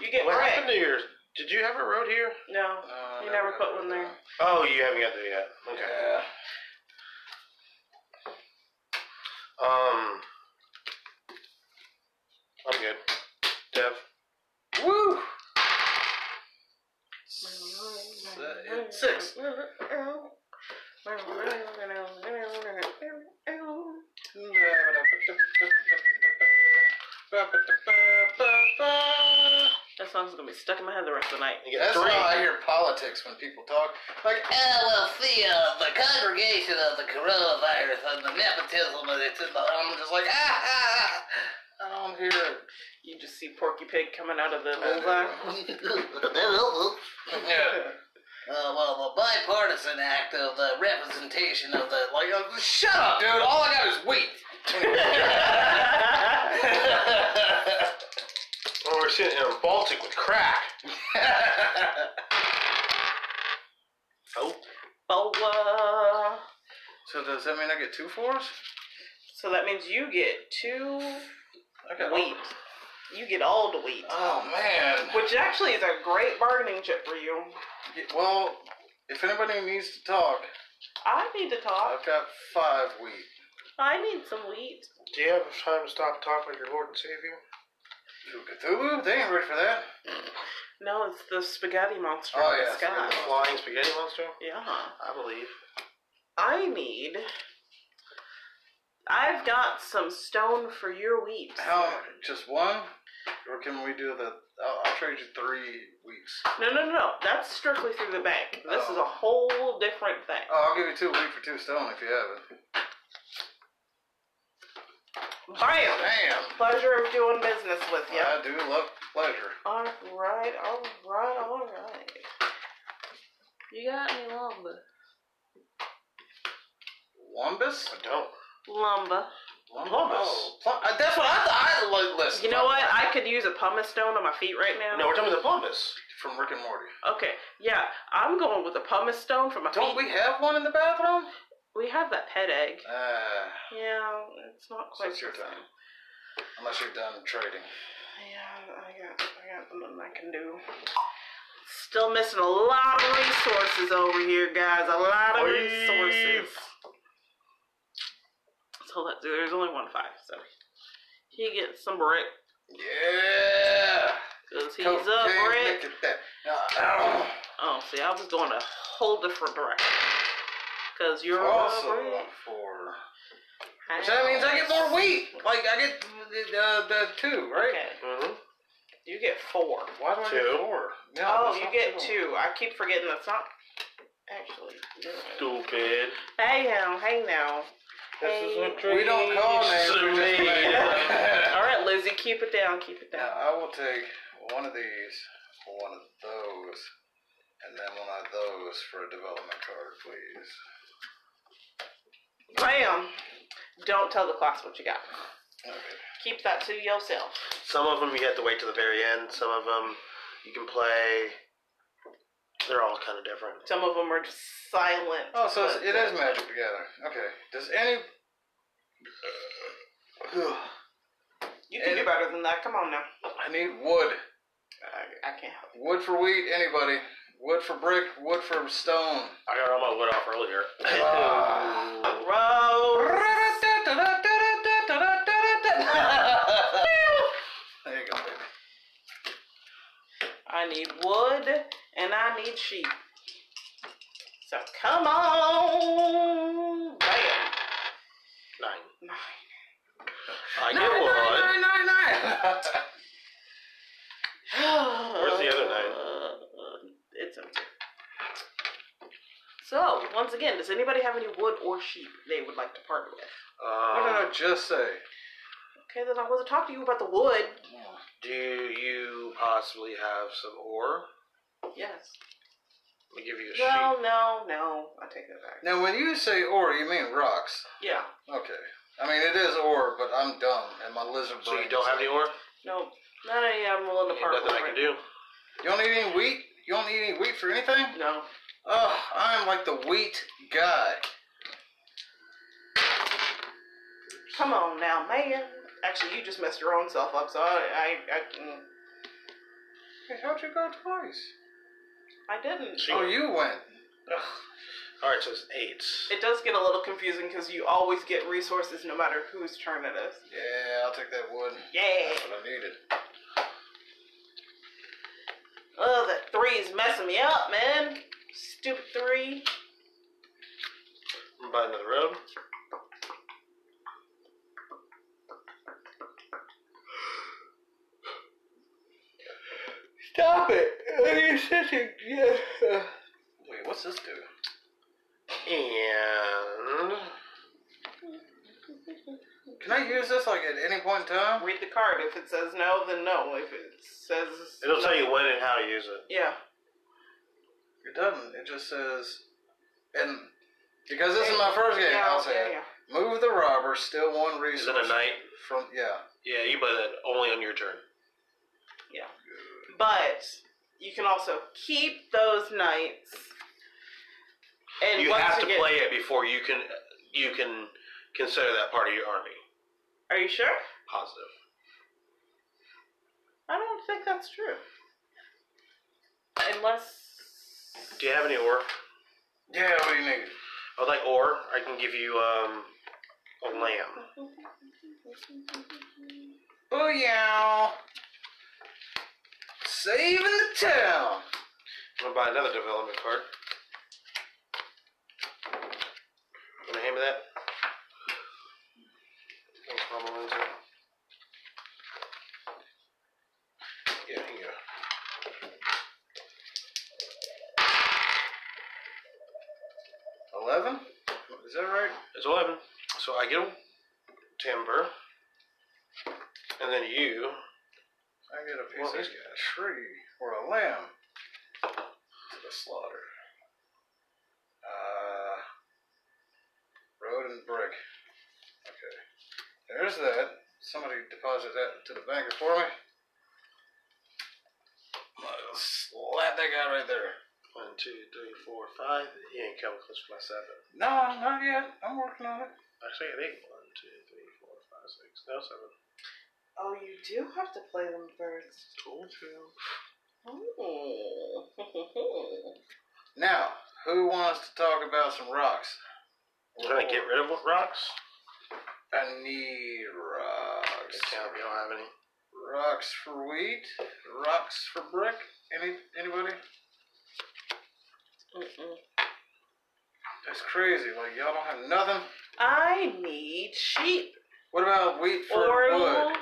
[SPEAKER 3] You get
[SPEAKER 1] What happened
[SPEAKER 3] wrecked.
[SPEAKER 1] to yours? Did you have a road here?
[SPEAKER 3] No,
[SPEAKER 2] Uh,
[SPEAKER 3] you never put one there.
[SPEAKER 1] Oh, you haven't got there yet. Okay.
[SPEAKER 2] Yeah.
[SPEAKER 1] Um, I'm good. Dev.
[SPEAKER 2] Woo. S- Six.
[SPEAKER 3] That song's gonna be stuck in my head the rest of the night.
[SPEAKER 1] You get
[SPEAKER 2] That's
[SPEAKER 1] three.
[SPEAKER 2] how I hear politics when people talk. Like,
[SPEAKER 4] Ah, well, see, uh, the congregation of the coronavirus and the nepotism of it's in the, I'm just like, ah, ah,
[SPEAKER 2] I don't hear it.
[SPEAKER 3] You just see Porky Pig coming out of the bullseye.
[SPEAKER 4] ah.
[SPEAKER 2] Yeah.
[SPEAKER 4] Uh, well, the bipartisan act of the representation of the, like, uh, shut up,
[SPEAKER 2] Dude, all I got is wheat.
[SPEAKER 1] Oh, we're sitting in a Baltic with crack. Oh,
[SPEAKER 3] Boa.
[SPEAKER 2] so does that mean I get two fours?
[SPEAKER 3] So that means you get two
[SPEAKER 2] Okay.
[SPEAKER 3] wheat. You get all the wheat.
[SPEAKER 2] Oh man.
[SPEAKER 3] Which actually is a great bargaining chip for you.
[SPEAKER 2] Well, if anybody needs to talk,
[SPEAKER 3] I need to talk.
[SPEAKER 2] I've got five wheat.
[SPEAKER 3] I need some wheat.
[SPEAKER 1] do you have time to stop and talk like your Lord and Savior?
[SPEAKER 2] Cthulhu? They ain't ready for that.
[SPEAKER 3] No, it's the spaghetti monster
[SPEAKER 2] Oh,
[SPEAKER 3] in
[SPEAKER 2] yeah,
[SPEAKER 3] the sky.
[SPEAKER 2] spaghetti.
[SPEAKER 1] Flying spaghetti monster?
[SPEAKER 3] Yeah.
[SPEAKER 1] I believe.
[SPEAKER 3] I need. I've got some stone for your wheat.
[SPEAKER 2] How? Just one? Or can we do the? I'll, I'll trade you three weeks.
[SPEAKER 3] No, no, no, no. That's strictly through the bank. This is a whole different thing.
[SPEAKER 2] Oh, I'll give you two wheat for two stone if you have it.
[SPEAKER 3] Bam!
[SPEAKER 2] Damn.
[SPEAKER 3] Pleasure of doing business with you.
[SPEAKER 2] I do love pleasure.
[SPEAKER 3] All right, all right, all right. You got any lumber?
[SPEAKER 2] Lumbus?
[SPEAKER 1] I don't.
[SPEAKER 3] Lumber.
[SPEAKER 2] Lumbus.
[SPEAKER 1] Lumbus.
[SPEAKER 2] Oh, plum- uh, that's what I thought. I like listen.
[SPEAKER 3] You know what? I could use a pumice stone on my feet right now.
[SPEAKER 1] No, we're talking about the Columbus.
[SPEAKER 2] From Rick and Morty.
[SPEAKER 3] Okay, yeah, I'm going with a pumice stone for my
[SPEAKER 2] Don't
[SPEAKER 3] feet.
[SPEAKER 2] we have one in the bathroom?
[SPEAKER 3] We have that pet egg.
[SPEAKER 2] Uh,
[SPEAKER 3] Yeah, it's not
[SPEAKER 2] so
[SPEAKER 3] quite
[SPEAKER 2] it's your
[SPEAKER 3] the same.
[SPEAKER 2] time. Unless you're done trading.
[SPEAKER 3] Yeah, I got, I got nothing I can do. Still missing a lot of resources over here, guys. A lot of
[SPEAKER 1] Oy.
[SPEAKER 3] resources. So let's do. There's only one five, so he gets some brick
[SPEAKER 2] Yeah.
[SPEAKER 3] because he's
[SPEAKER 2] Cocaine,
[SPEAKER 3] a brick.
[SPEAKER 2] Look at that. Now,
[SPEAKER 3] Oh, see, I was going a whole different direction because you're
[SPEAKER 2] also
[SPEAKER 3] a brick.
[SPEAKER 2] for. So that means I get more wheat. Like I get uh, the two, right?
[SPEAKER 3] Okay,
[SPEAKER 1] Mm-hmm.
[SPEAKER 3] you get four.
[SPEAKER 2] Why do I
[SPEAKER 1] Two.
[SPEAKER 2] get four? No,
[SPEAKER 3] Oh,
[SPEAKER 2] that's
[SPEAKER 3] you
[SPEAKER 2] not
[SPEAKER 3] get two. I keep forgetting that's not actually.
[SPEAKER 1] Stupid.
[SPEAKER 3] Hey now, hey now.
[SPEAKER 2] We don't call names. we just
[SPEAKER 1] Sweet.
[SPEAKER 2] make them.
[SPEAKER 3] All right, Lizzie, keep it down, keep it
[SPEAKER 2] now
[SPEAKER 3] down.
[SPEAKER 2] I will take one of these, one of those, and then one of those for a development card, please.
[SPEAKER 3] Bam! Don't tell the class what you got.
[SPEAKER 2] Okay.
[SPEAKER 3] Keep that to yourself.
[SPEAKER 1] Some of them you have to wait till the very end. Some of them you can play. They're all kind of different.
[SPEAKER 3] Some of them are just silent.
[SPEAKER 2] Oh, so it's,
[SPEAKER 3] but
[SPEAKER 2] it is magic together. Okay. Does any? uh,
[SPEAKER 3] You can do better than that. Come on now.
[SPEAKER 2] I need wood.
[SPEAKER 3] I, I can't help.
[SPEAKER 2] Wood for wheat. Anybody? Wood for brick, wood for stone.
[SPEAKER 1] I got all my wood off earlier.
[SPEAKER 2] Ah.
[SPEAKER 3] Roll.
[SPEAKER 2] There you go, baby.
[SPEAKER 3] I need wood and I need sheep. So come on. Bam.
[SPEAKER 1] Nine.
[SPEAKER 3] Nine.
[SPEAKER 1] I
[SPEAKER 2] Nine,
[SPEAKER 1] get
[SPEAKER 2] nine,
[SPEAKER 1] one.
[SPEAKER 2] nine, nine, nine.
[SPEAKER 3] Where's
[SPEAKER 1] the other
[SPEAKER 3] It's empty. So, once again, does anybody have any wood or sheep they would like to part with?
[SPEAKER 2] What did
[SPEAKER 1] Um,
[SPEAKER 2] I just say?
[SPEAKER 3] Okay, then I wasn't talking to you about the wood.
[SPEAKER 1] do you possibly have some ore?
[SPEAKER 3] Yes.
[SPEAKER 1] Let me give you a
[SPEAKER 3] No, no, no. I take that back.
[SPEAKER 2] Now, when you say ore, you mean rocks.
[SPEAKER 3] Yeah.
[SPEAKER 2] Okay. I mean, it is ore, but I'm dumb, and my lizard
[SPEAKER 1] sheet.
[SPEAKER 2] brain.
[SPEAKER 1] So you don't have any ore?
[SPEAKER 3] Nope. Not any of them willing to part
[SPEAKER 1] Nothing
[SPEAKER 3] with
[SPEAKER 1] I
[SPEAKER 3] right
[SPEAKER 1] can do.
[SPEAKER 2] You don't need any wheat? You don't need any wheat for anything?
[SPEAKER 3] now. No.
[SPEAKER 2] Oh, I'm like the wheat guy.
[SPEAKER 3] Come on now, man. Actually, you just messed your own self up, so I, I, I, mm,
[SPEAKER 2] Hey, how'd you go twice?
[SPEAKER 3] I didn't.
[SPEAKER 1] She-
[SPEAKER 2] Oh, you went.
[SPEAKER 1] Ugh. All right, so it's eight.
[SPEAKER 3] It does get a little confusing because you always get resources no matter whose turn it is.
[SPEAKER 2] Yeah, I'll take that wood.
[SPEAKER 3] Yeah.
[SPEAKER 2] That's what I needed.
[SPEAKER 3] Oh, that three is messing me up, man. Stupid three.
[SPEAKER 1] I'm buying another road.
[SPEAKER 2] Stop it! You're such a. Wait, what's this do?
[SPEAKER 1] And
[SPEAKER 2] Can I use this like at any point in time?
[SPEAKER 3] Read the card. If it says no, then no. If it says
[SPEAKER 1] it'll
[SPEAKER 3] no-
[SPEAKER 1] tell you when and how to use it.
[SPEAKER 3] Yeah.
[SPEAKER 2] It doesn't. It just says, and because this is my first game,
[SPEAKER 3] yeah,
[SPEAKER 2] I'll say
[SPEAKER 3] yeah,
[SPEAKER 2] it.
[SPEAKER 3] yeah.
[SPEAKER 2] Move the robber, still one
[SPEAKER 1] Is
[SPEAKER 2] resource.
[SPEAKER 1] it a night?
[SPEAKER 2] From yeah.
[SPEAKER 1] Yeah, you buy that only on your turn.
[SPEAKER 3] But you can also keep those nights. And
[SPEAKER 1] you
[SPEAKER 3] once
[SPEAKER 1] have to
[SPEAKER 3] get-
[SPEAKER 1] play it before you can you can consider that part of your army
[SPEAKER 3] Are you sure?
[SPEAKER 1] positive.
[SPEAKER 3] I don't think that's true. Unless.
[SPEAKER 1] Do you have any ore?
[SPEAKER 2] Yeah. What do you need?
[SPEAKER 1] I'd like ore. I can give you um a lamb.
[SPEAKER 2] Oh yeah. Saving the town.
[SPEAKER 1] I'm gonna buy another development card. Wanna hand me that? No problem, Lindsay. Yeah, here you go.
[SPEAKER 2] Eleven. Is that right?
[SPEAKER 1] It's 11. So I get a timber. And then you.
[SPEAKER 2] I get a piece
[SPEAKER 1] Well,
[SPEAKER 2] of a
[SPEAKER 1] he's-
[SPEAKER 2] tree or a lamb to the slaughter. Uh, road and brick. Okay. There's that. Somebody deposit that to the banker for me. I'll Slap that guy right there.
[SPEAKER 1] One, two, three, four, five. He ain't coming close to my seven.
[SPEAKER 2] No, not yet. I'm working on it.
[SPEAKER 1] Actually, I think one, two, three, four, five, six. No, seven.
[SPEAKER 3] Oh, you do have to play them first.
[SPEAKER 1] Told you.
[SPEAKER 3] Oh.
[SPEAKER 2] Now, who wants to talk about some rocks?
[SPEAKER 1] I'm gonna get rid of what rocks.
[SPEAKER 2] I need rocks.
[SPEAKER 1] Just count if you don't have any.
[SPEAKER 2] Rocks for wheat, rocks for brick. Any anybody?
[SPEAKER 3] Mm-mm.
[SPEAKER 2] That's crazy. Like y'all don't have nothing.
[SPEAKER 3] I need sheep
[SPEAKER 2] What about wheat for
[SPEAKER 3] or
[SPEAKER 2] wood?
[SPEAKER 3] lo-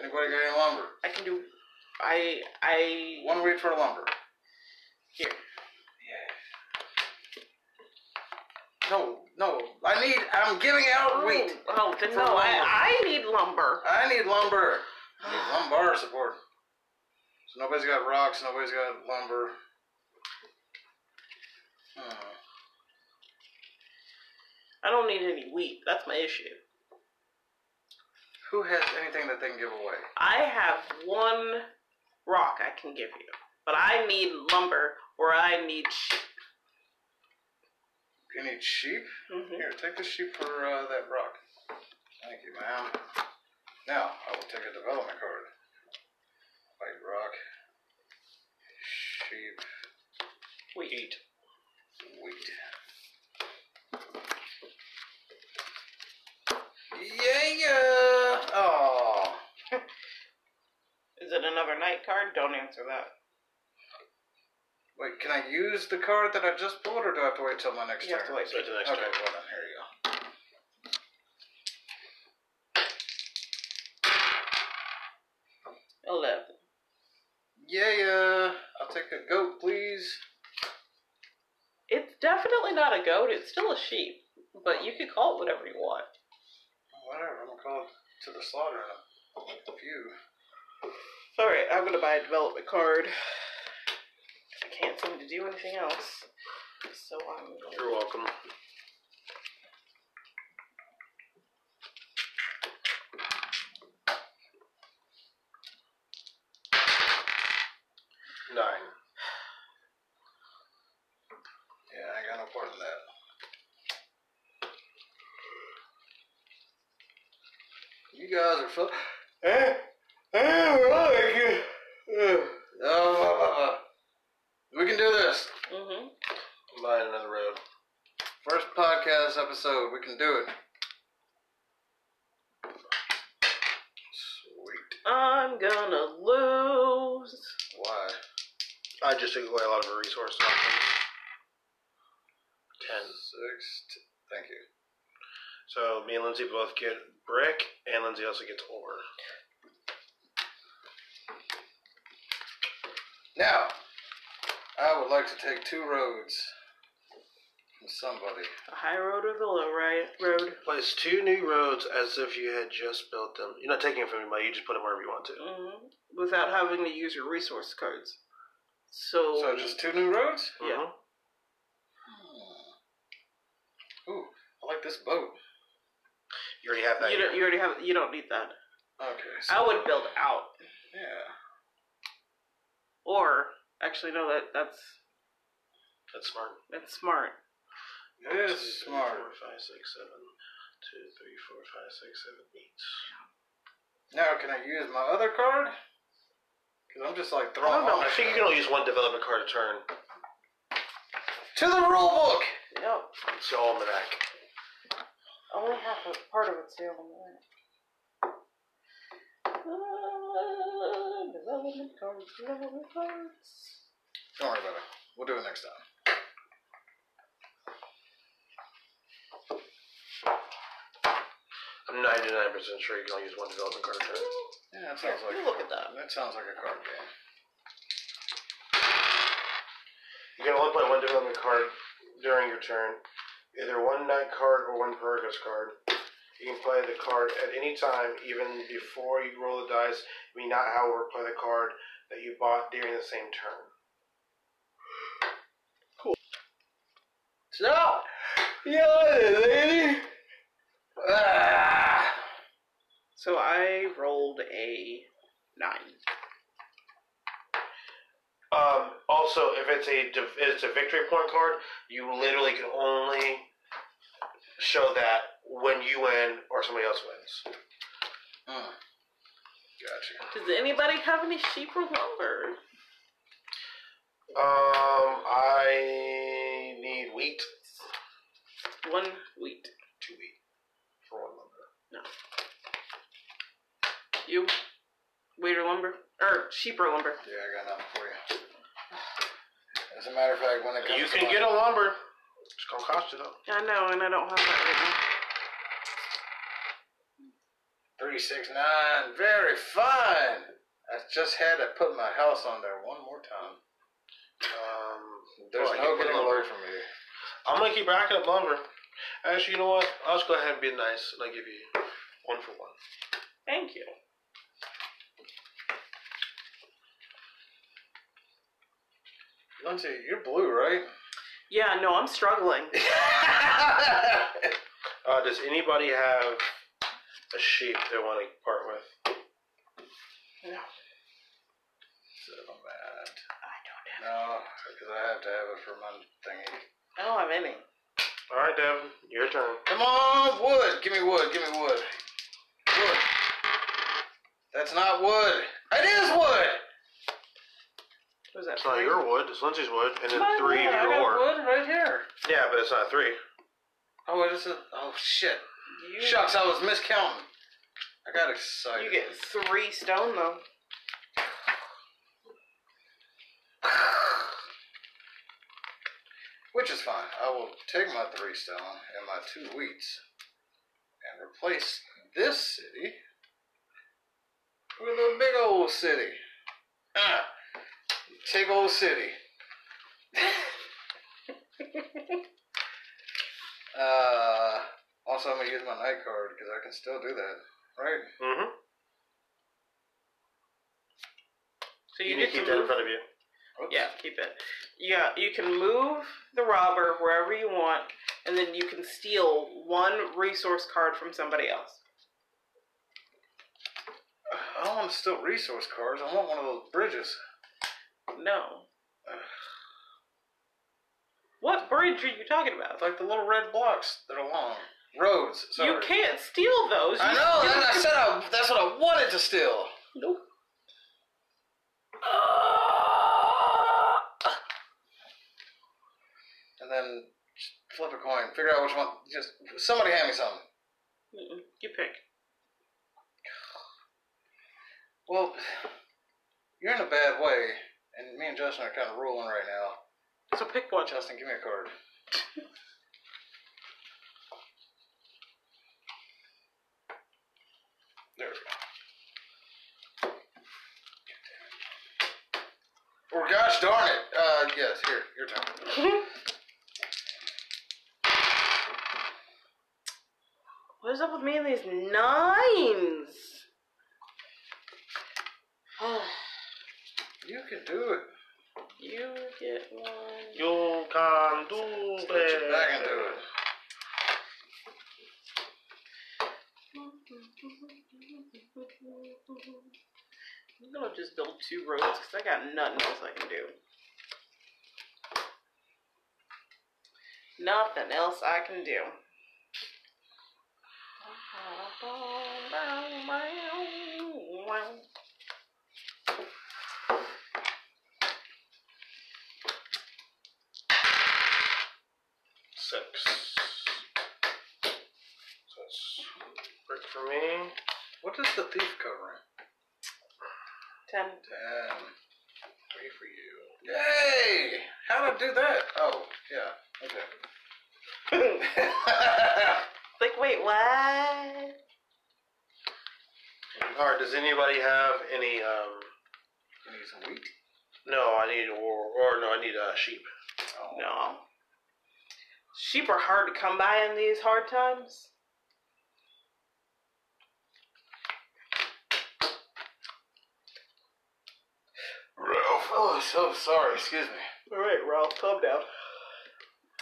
[SPEAKER 2] Anybody got any lumber?
[SPEAKER 3] I can do. I I
[SPEAKER 2] One wheat for lumber.
[SPEAKER 3] here.
[SPEAKER 2] No, no. I need. I'm giving out wheat.
[SPEAKER 3] Oh, then
[SPEAKER 2] For
[SPEAKER 3] no,
[SPEAKER 2] lumber.
[SPEAKER 3] I, I need lumber.
[SPEAKER 2] I need lumber. I need lumbar support. So nobody's got rocks. Nobody's got lumber. Hmm.
[SPEAKER 3] I don't need any wheat. That's my issue.
[SPEAKER 2] Who has anything that they can give away?
[SPEAKER 3] I have one rock I can give you, but I need lumber or I need sheep.
[SPEAKER 2] You need sheep.
[SPEAKER 3] hmm
[SPEAKER 2] Here, take the sheep for uh, that rock. Thank you, ma'am. Now, I will take a development card. White rock. Sheep.
[SPEAKER 3] another knight card? Don't answer that.
[SPEAKER 2] Wait, can I use the card that I just pulled, or do I have to wait till my next
[SPEAKER 3] You
[SPEAKER 2] turn?
[SPEAKER 3] have to wait.
[SPEAKER 1] Wait till next
[SPEAKER 2] okay,
[SPEAKER 1] turn.
[SPEAKER 2] well then, here you go.
[SPEAKER 3] Eleven.
[SPEAKER 2] Yeah, yeah. I'll take a goat, please.
[SPEAKER 3] It's definitely not a goat. It's still a sheep, but you can call it whatever you want.
[SPEAKER 2] Whatever. I'm gonna call it to the slaughter in a few.
[SPEAKER 3] All right, I'm gonna buy a development card. I can't seem to do anything else, so I'm. gonna-
[SPEAKER 1] You're welcome. Nine.
[SPEAKER 2] Yeah, I ain't got no part in that. You guys are full. Eh? Eh? we're all like, eh, eh. Oh, we can do this.
[SPEAKER 3] Mhm.
[SPEAKER 1] I'm buying another road.
[SPEAKER 2] First podcast episode. We can do it. Sweet.
[SPEAKER 3] I'm gonna lose.
[SPEAKER 2] Why?
[SPEAKER 1] I just took away a lot of her resources. Ten.
[SPEAKER 2] Six. T- thank you.
[SPEAKER 1] So me and Lindsay both get brick, and Lindsay also gets ore.
[SPEAKER 2] Now, I would like to take two roads from somebody.
[SPEAKER 3] The high road or the low right road?
[SPEAKER 1] Place two new roads as if you had just built them. You're not taking it from anybody. You just put them wherever you want to.
[SPEAKER 3] Mhm. Without having to use your resource cards. So.
[SPEAKER 2] So just two new roads?
[SPEAKER 3] Yeah.
[SPEAKER 1] Mhm.
[SPEAKER 2] Hmm. Ooh, I like this boat.
[SPEAKER 1] You already have that.
[SPEAKER 3] you
[SPEAKER 1] here.
[SPEAKER 3] don't. You already have. You don't need that.
[SPEAKER 2] Okay. So,
[SPEAKER 3] I would build out,
[SPEAKER 2] yeah.
[SPEAKER 3] or actually no. That that's
[SPEAKER 1] That's smart.
[SPEAKER 3] that's smart.
[SPEAKER 2] It
[SPEAKER 1] Two,
[SPEAKER 2] is
[SPEAKER 1] three,
[SPEAKER 2] smart.
[SPEAKER 1] four, five, six, seven. Two, three, four, five, six, seven, eight.
[SPEAKER 2] Now, can I use my other card? Because I'm just like throwing all my
[SPEAKER 1] I think you
[SPEAKER 2] shit.
[SPEAKER 1] can only use one development card a turn.
[SPEAKER 2] To the rule book!
[SPEAKER 3] Yep.
[SPEAKER 1] It's the almanac.
[SPEAKER 3] Only half of part of it's the only one. Ah, Development cards, development cards.
[SPEAKER 2] Don't worry about it. We'll do it next time.
[SPEAKER 1] I'm 99% sure you can only use one development card a turn.
[SPEAKER 2] Yeah, that sounds like.
[SPEAKER 3] You look at that.
[SPEAKER 2] That sounds like a card game.
[SPEAKER 1] You can only play one development card during your turn, either one knight card or one Pyrgos card. You can play the card at any time, even before you roll the dice. You may not, however, play the card that you bought during the same turn.
[SPEAKER 2] So, yeah, lady. Ah.
[SPEAKER 3] So I rolled a nine.
[SPEAKER 1] Um, also, if it's a div- it's a victory point card, you literally can only show that when you win or somebody else wins.
[SPEAKER 2] Mm. Gotcha.
[SPEAKER 3] Does anybody have any sheep or lumber?
[SPEAKER 1] Um, I need wheat,
[SPEAKER 3] One wheat.
[SPEAKER 1] two wheat for one lumber.
[SPEAKER 3] You? Wheat or lumber? Or sheep or lumber?
[SPEAKER 2] Yeah, I got nothing for you. As a matter of fact, when it comes
[SPEAKER 1] You
[SPEAKER 2] to
[SPEAKER 1] can
[SPEAKER 2] my-
[SPEAKER 1] get a lumber. It's gonna cost you though.
[SPEAKER 3] I know, and I don't have that
[SPEAKER 2] Three six nine, very fine. I just had to put my house on there one more time.
[SPEAKER 1] Um,
[SPEAKER 2] There's
[SPEAKER 1] well, I
[SPEAKER 2] no
[SPEAKER 1] can get
[SPEAKER 2] getting
[SPEAKER 1] lumber.
[SPEAKER 2] away from here.
[SPEAKER 1] I'm gonna keep racking up lumber. Actually, you know what? I'll just go ahead and be nice, and I'll give you one for one.
[SPEAKER 3] right now. Thank you.
[SPEAKER 2] Lindsay, you're blue, right?
[SPEAKER 3] Yeah, no, I'm struggling.
[SPEAKER 1] Uh, does anybody have a sheep they want to part with?
[SPEAKER 3] No,
[SPEAKER 2] so bad.
[SPEAKER 3] I don't have
[SPEAKER 2] No, because I have to have it for my thingy.
[SPEAKER 3] I don't have any.
[SPEAKER 1] All right, Devin, your turn.
[SPEAKER 2] Come on, wood. Give me wood. Give me wood. Wood. That's not wood. It is wood.
[SPEAKER 3] What was that?
[SPEAKER 1] It's not
[SPEAKER 3] three?
[SPEAKER 1] your wood. It's Lindsay's wood, and then
[SPEAKER 3] My
[SPEAKER 1] three
[SPEAKER 3] wood,
[SPEAKER 1] of
[SPEAKER 3] I
[SPEAKER 1] your
[SPEAKER 3] got
[SPEAKER 1] ore.
[SPEAKER 2] Wood right here.
[SPEAKER 1] Yeah, but it's not three.
[SPEAKER 2] Oh, it is a. Oh shit.
[SPEAKER 3] You,
[SPEAKER 2] Shucks, I was miscounting. I got excited.
[SPEAKER 3] you get three stone though.
[SPEAKER 2] Which is fine. I will take my three stone and my two wheats and replace this city with a big old city. Ah, big old city. uh, also, I'm going to use my night card because I can still do that, right?
[SPEAKER 1] Mm-hmm.
[SPEAKER 3] So
[SPEAKER 1] You,
[SPEAKER 3] you,
[SPEAKER 1] need
[SPEAKER 3] get
[SPEAKER 1] to keep
[SPEAKER 3] to
[SPEAKER 1] that in
[SPEAKER 3] move.
[SPEAKER 1] front of you.
[SPEAKER 2] Oops.
[SPEAKER 3] Yeah, keep it. Yeah, you can move the robber wherever you want, and then you can steal one resource card from somebody else.
[SPEAKER 2] I don't want to steal Oh, resource cards. I want one of those bridges.
[SPEAKER 3] No. What bridge are you talking
[SPEAKER 2] It's
[SPEAKER 3] about?
[SPEAKER 2] like the little red blocks that are long. Roads. Sorry.
[SPEAKER 3] You can't steal those.
[SPEAKER 2] I
[SPEAKER 3] You
[SPEAKER 2] know.
[SPEAKER 3] steal-
[SPEAKER 2] That's, I said I, that's what I wanted to steal.
[SPEAKER 3] Nope.
[SPEAKER 2] And then just flip a coin. Figure out which one. Just somebody hand me something.
[SPEAKER 3] Mm-mm. You pick.
[SPEAKER 2] Well, you're in a bad way, and me and Justin are kind of ruling right now.
[SPEAKER 3] So pick one.
[SPEAKER 2] Justin, give me a card. there we go. Or Oh, gosh darn it! Uh, yes, here, your turn.
[SPEAKER 3] What is up with me and these nines?
[SPEAKER 2] You can do it.
[SPEAKER 3] you get one.
[SPEAKER 1] You can do
[SPEAKER 2] Put
[SPEAKER 1] it.
[SPEAKER 2] your back into it.
[SPEAKER 3] I'm gonna just build two roads because I got nothing else I can do. Nothing else I can do.
[SPEAKER 1] Six. So that's brick for me.
[SPEAKER 2] What does the thief cover in?
[SPEAKER 3] Ten.
[SPEAKER 2] Ten. Three for you. Yay! How to do that? Oh, yeah. Okay.
[SPEAKER 3] Like, wait, what?
[SPEAKER 1] All right. Does anybody have any? um
[SPEAKER 2] Need some wheat?
[SPEAKER 1] No, I need or or no, I need uh, sheep.
[SPEAKER 2] Oh.
[SPEAKER 3] No. Sheep are hard to come by in these hard times.
[SPEAKER 2] Ralph, oh, so sorry. Excuse me.
[SPEAKER 3] All right, Ralph, calm down.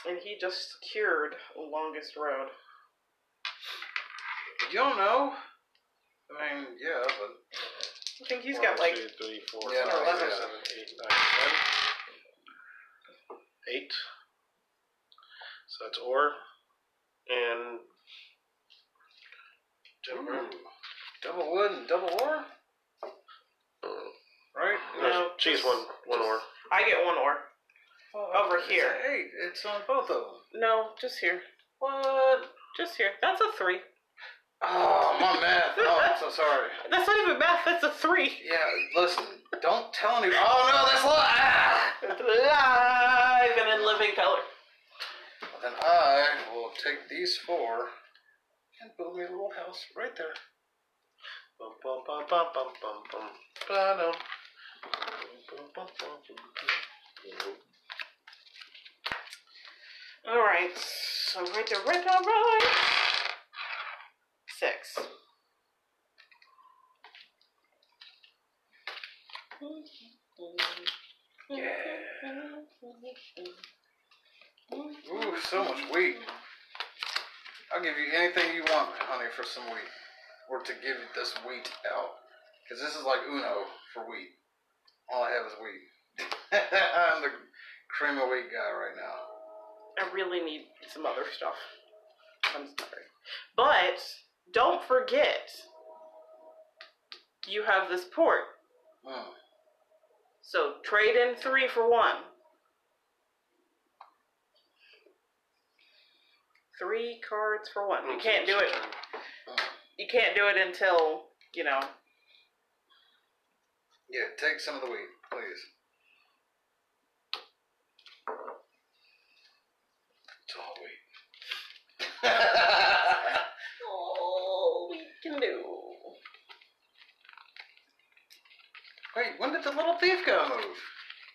[SPEAKER 3] And he just secured longest road.
[SPEAKER 2] You don't know? I mean, yeah, but
[SPEAKER 3] I think he's
[SPEAKER 1] One,
[SPEAKER 3] got like
[SPEAKER 1] two, three, four,
[SPEAKER 2] Yeah,
[SPEAKER 1] five,
[SPEAKER 3] no,
[SPEAKER 1] six,
[SPEAKER 2] yeah.
[SPEAKER 1] seven, eight, nine, ten. Eight. So that's ore and timber.
[SPEAKER 2] Ooh. double wood and double ore, right?
[SPEAKER 1] No,
[SPEAKER 3] No,
[SPEAKER 1] she's
[SPEAKER 3] just-
[SPEAKER 1] one one ore.
[SPEAKER 3] I get one ore.
[SPEAKER 2] Oh,
[SPEAKER 3] Over
[SPEAKER 2] it's
[SPEAKER 3] here.
[SPEAKER 2] a Eight. It's on both of them.
[SPEAKER 3] No, just here.
[SPEAKER 2] What?
[SPEAKER 3] Just here. That's a three.
[SPEAKER 2] Oh, my math. Oh, I'm so sorry.
[SPEAKER 3] That's not even math. That's a three.
[SPEAKER 2] Yeah, listen. Don't tell anybody. Oh no, that's lo- ah!
[SPEAKER 3] Live and in living color.
[SPEAKER 2] Then I will take these four and build me a little house right there.
[SPEAKER 1] Bum, bum, bum, bum, bum, bum, bum. Ba-dum. Bum, bum, bum, bum, bum.
[SPEAKER 3] All right. So right there, right there, right. Six.
[SPEAKER 2] Ooh, so much wheat. I'll give you anything you want, honey, for some wheat. Or to give this wheat out. Because this is like Uno for wheat. All I have is wheat. I'm the cream of wheat guy right now.
[SPEAKER 3] I really need some other stuff. I'm sorry. But don't forget, you have this port.
[SPEAKER 2] Mm.
[SPEAKER 3] So trade in three for one. Three cards for one. You can't do it.
[SPEAKER 2] mm.
[SPEAKER 3] You can't do it until you know.
[SPEAKER 2] Yeah, take some of the wheat, please.
[SPEAKER 3] Oh, we can do.
[SPEAKER 2] Wait, when did the little thief go move?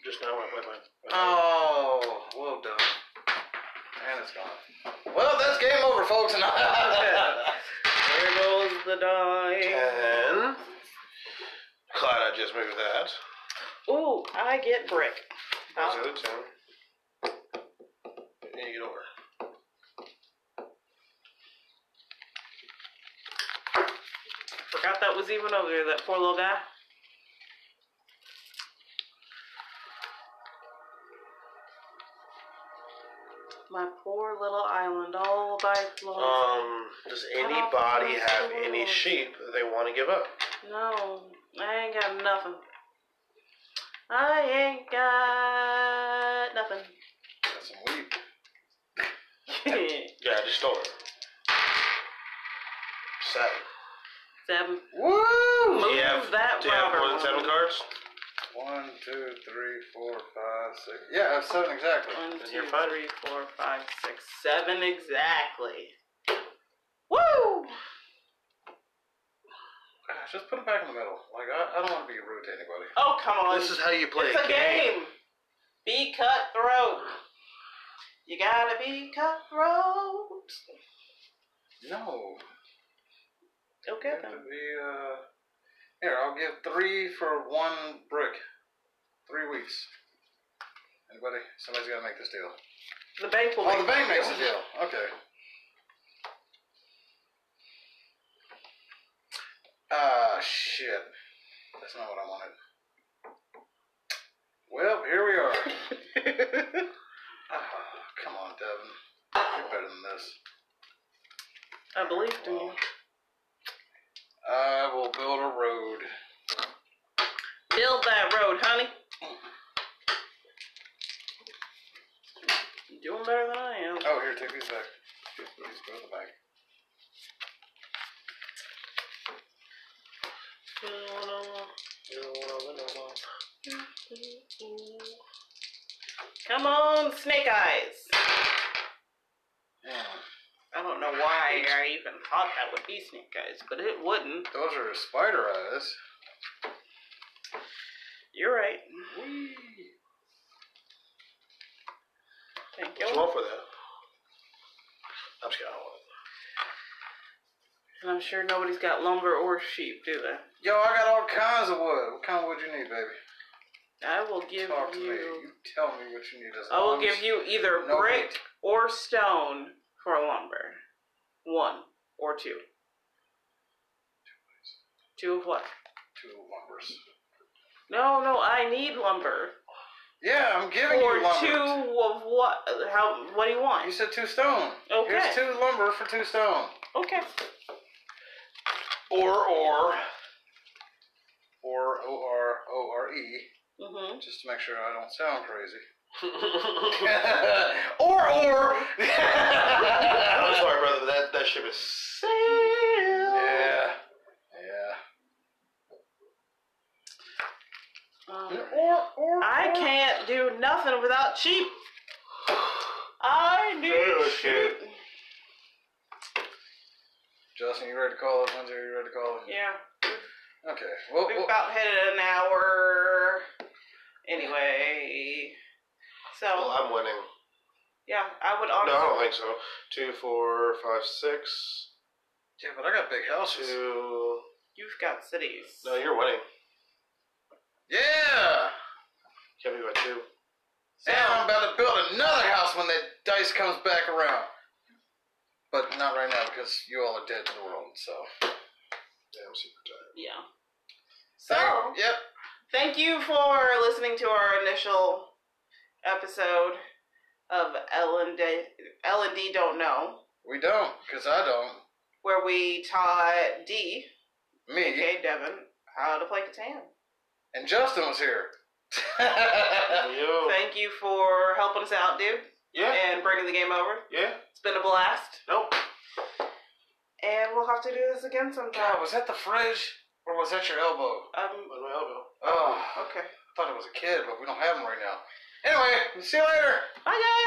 [SPEAKER 1] Just now, wait, wait, wait. wait.
[SPEAKER 2] Oh, well done. And it's gone. Well, that's game over, folks. And
[SPEAKER 3] There goes the die.
[SPEAKER 1] Ten. Glad I just moved that.
[SPEAKER 3] Ooh, I get brick.
[SPEAKER 1] That's
[SPEAKER 3] Oh.
[SPEAKER 1] the other ten. And you get over.
[SPEAKER 3] Forgot that was even over there, that poor little guy. My poor little island all by itself.
[SPEAKER 1] Um, does anybody have any sheep that they want to give up?
[SPEAKER 3] no, I ain't got nothing. I ain't got nothing.
[SPEAKER 2] Got some weed.
[SPEAKER 1] Yeah, I just stole it. Seven.
[SPEAKER 3] Seven.
[SPEAKER 2] Woo!
[SPEAKER 3] Move
[SPEAKER 1] Do you have,
[SPEAKER 3] that
[SPEAKER 1] do you have
[SPEAKER 3] robber
[SPEAKER 1] more than
[SPEAKER 3] one.
[SPEAKER 1] seven cards?
[SPEAKER 2] One, two, three, four, five, six. Yeah, I have seven exactly.
[SPEAKER 3] One,
[SPEAKER 1] Then
[SPEAKER 3] two,
[SPEAKER 1] you're fine.
[SPEAKER 3] three, four, five, six, seven exactly. Woo!
[SPEAKER 2] Gosh, Just put it back in the middle. Like, I, I don't want to be rude to anybody.
[SPEAKER 3] Oh come on!
[SPEAKER 1] This is how you play
[SPEAKER 3] it's a game. Be cutthroat. You gotta be cutthroat.
[SPEAKER 2] No.
[SPEAKER 3] Okay
[SPEAKER 2] You have
[SPEAKER 3] then.
[SPEAKER 2] to be, uh... Here, I'll give three for one brick. Three weeks. Anybody? Somebody's got to make this deal.
[SPEAKER 3] The bank will.
[SPEAKER 2] Oh,
[SPEAKER 3] make
[SPEAKER 2] the bank makes a
[SPEAKER 3] it.
[SPEAKER 2] deal. Okay. Ah, shit. That's not what I wanted. Well, here we are. Ah, come on, Devin. You're better than this.
[SPEAKER 3] I believed in you.
[SPEAKER 2] Well, I will build a road.
[SPEAKER 3] Build that road, honey. You're Doing better than I am.
[SPEAKER 2] Oh, here, take these back. These go to the back.
[SPEAKER 3] Come on, Snake Eyes.
[SPEAKER 2] Mm,
[SPEAKER 3] I don't know why I even thought that would be snake eyes, but it wouldn't.
[SPEAKER 2] Those are spider eyes.
[SPEAKER 3] You're right.
[SPEAKER 2] Whee!
[SPEAKER 3] Thank
[SPEAKER 1] What's
[SPEAKER 3] you.
[SPEAKER 1] wrong for that? I'm just kidding. I don't want it.
[SPEAKER 3] And I'm sure nobody's got lumber or sheep, do they?
[SPEAKER 2] Yo, I got all kinds of wood. What kind of wood you need, baby?
[SPEAKER 3] I will give
[SPEAKER 2] Talk to me.
[SPEAKER 3] you.
[SPEAKER 2] You tell me what you need. As
[SPEAKER 3] I will
[SPEAKER 2] long as-
[SPEAKER 3] give you either
[SPEAKER 2] No,
[SPEAKER 3] brick
[SPEAKER 2] wait.
[SPEAKER 3] or stone for lumber. One or two. Two of what?
[SPEAKER 2] two lumbers.
[SPEAKER 3] No, no, I need lumber.
[SPEAKER 2] Yeah, I'm giving
[SPEAKER 3] Or
[SPEAKER 2] you lumber.
[SPEAKER 3] two of what? How? What do you
[SPEAKER 2] You
[SPEAKER 3] want?
[SPEAKER 2] said two stone.
[SPEAKER 3] Okay.
[SPEAKER 2] Here's two lumber for two stone.
[SPEAKER 3] Okay.
[SPEAKER 1] Or, or.
[SPEAKER 2] Or O R O R E,
[SPEAKER 3] Mhm.
[SPEAKER 2] just to make sure I don't sound crazy.
[SPEAKER 1] or, or. I'm sorry, brother, but that, that ship is sailed.
[SPEAKER 2] Yeah. Yeah.
[SPEAKER 3] Um,
[SPEAKER 2] Or or
[SPEAKER 3] I can't do nothing without sheep. I
[SPEAKER 1] Oh,
[SPEAKER 3] need sheep.
[SPEAKER 1] shit.
[SPEAKER 2] Justin, you ready to call it? Lindsay, you ready to call it?
[SPEAKER 3] Yeah,
[SPEAKER 2] Okay. Well,
[SPEAKER 3] we've
[SPEAKER 2] well,
[SPEAKER 3] about hit it an hour. Anyway,
[SPEAKER 1] Well,
[SPEAKER 3] so
[SPEAKER 1] I'm winning.
[SPEAKER 3] yeah, I would
[SPEAKER 1] No, I don't
[SPEAKER 3] honestly.
[SPEAKER 1] think so. Two, four, five, six.
[SPEAKER 2] yeah, but I got big houses.
[SPEAKER 1] Two.
[SPEAKER 3] You've got cities.
[SPEAKER 1] No, you're winning.
[SPEAKER 2] Yeah.
[SPEAKER 1] Can't be by two.
[SPEAKER 3] So,
[SPEAKER 2] And I'm about to build another house when that dice comes back around. But not right now because you all are dead to the world. So.
[SPEAKER 1] Damn, super tired.
[SPEAKER 3] yeah. So
[SPEAKER 2] Yep.
[SPEAKER 3] thank you for listening to our initial episode of L and D. L and D don't know
[SPEAKER 2] We don't, because I don't.
[SPEAKER 3] where we taught D,
[SPEAKER 2] Me
[SPEAKER 1] Mm-hmm.
[SPEAKER 3] aka Devin, how to play Catan.
[SPEAKER 2] and Justin was here.
[SPEAKER 1] Yo.
[SPEAKER 3] Thank you for helping us out, dude,
[SPEAKER 1] Yeah.
[SPEAKER 3] and bringing the game over.
[SPEAKER 1] Yeah.
[SPEAKER 3] It's been a blast,
[SPEAKER 1] Nope.
[SPEAKER 3] and we'll have to do this again
[SPEAKER 2] God,
[SPEAKER 3] sometime.
[SPEAKER 2] was that the fridge or was that your elbow?
[SPEAKER 3] Um,
[SPEAKER 1] On my elbow.
[SPEAKER 2] Oh, I
[SPEAKER 3] okay.
[SPEAKER 2] thought it was a kid, but we don't have him right now. Anyway, see you later.
[SPEAKER 3] Bye, guys.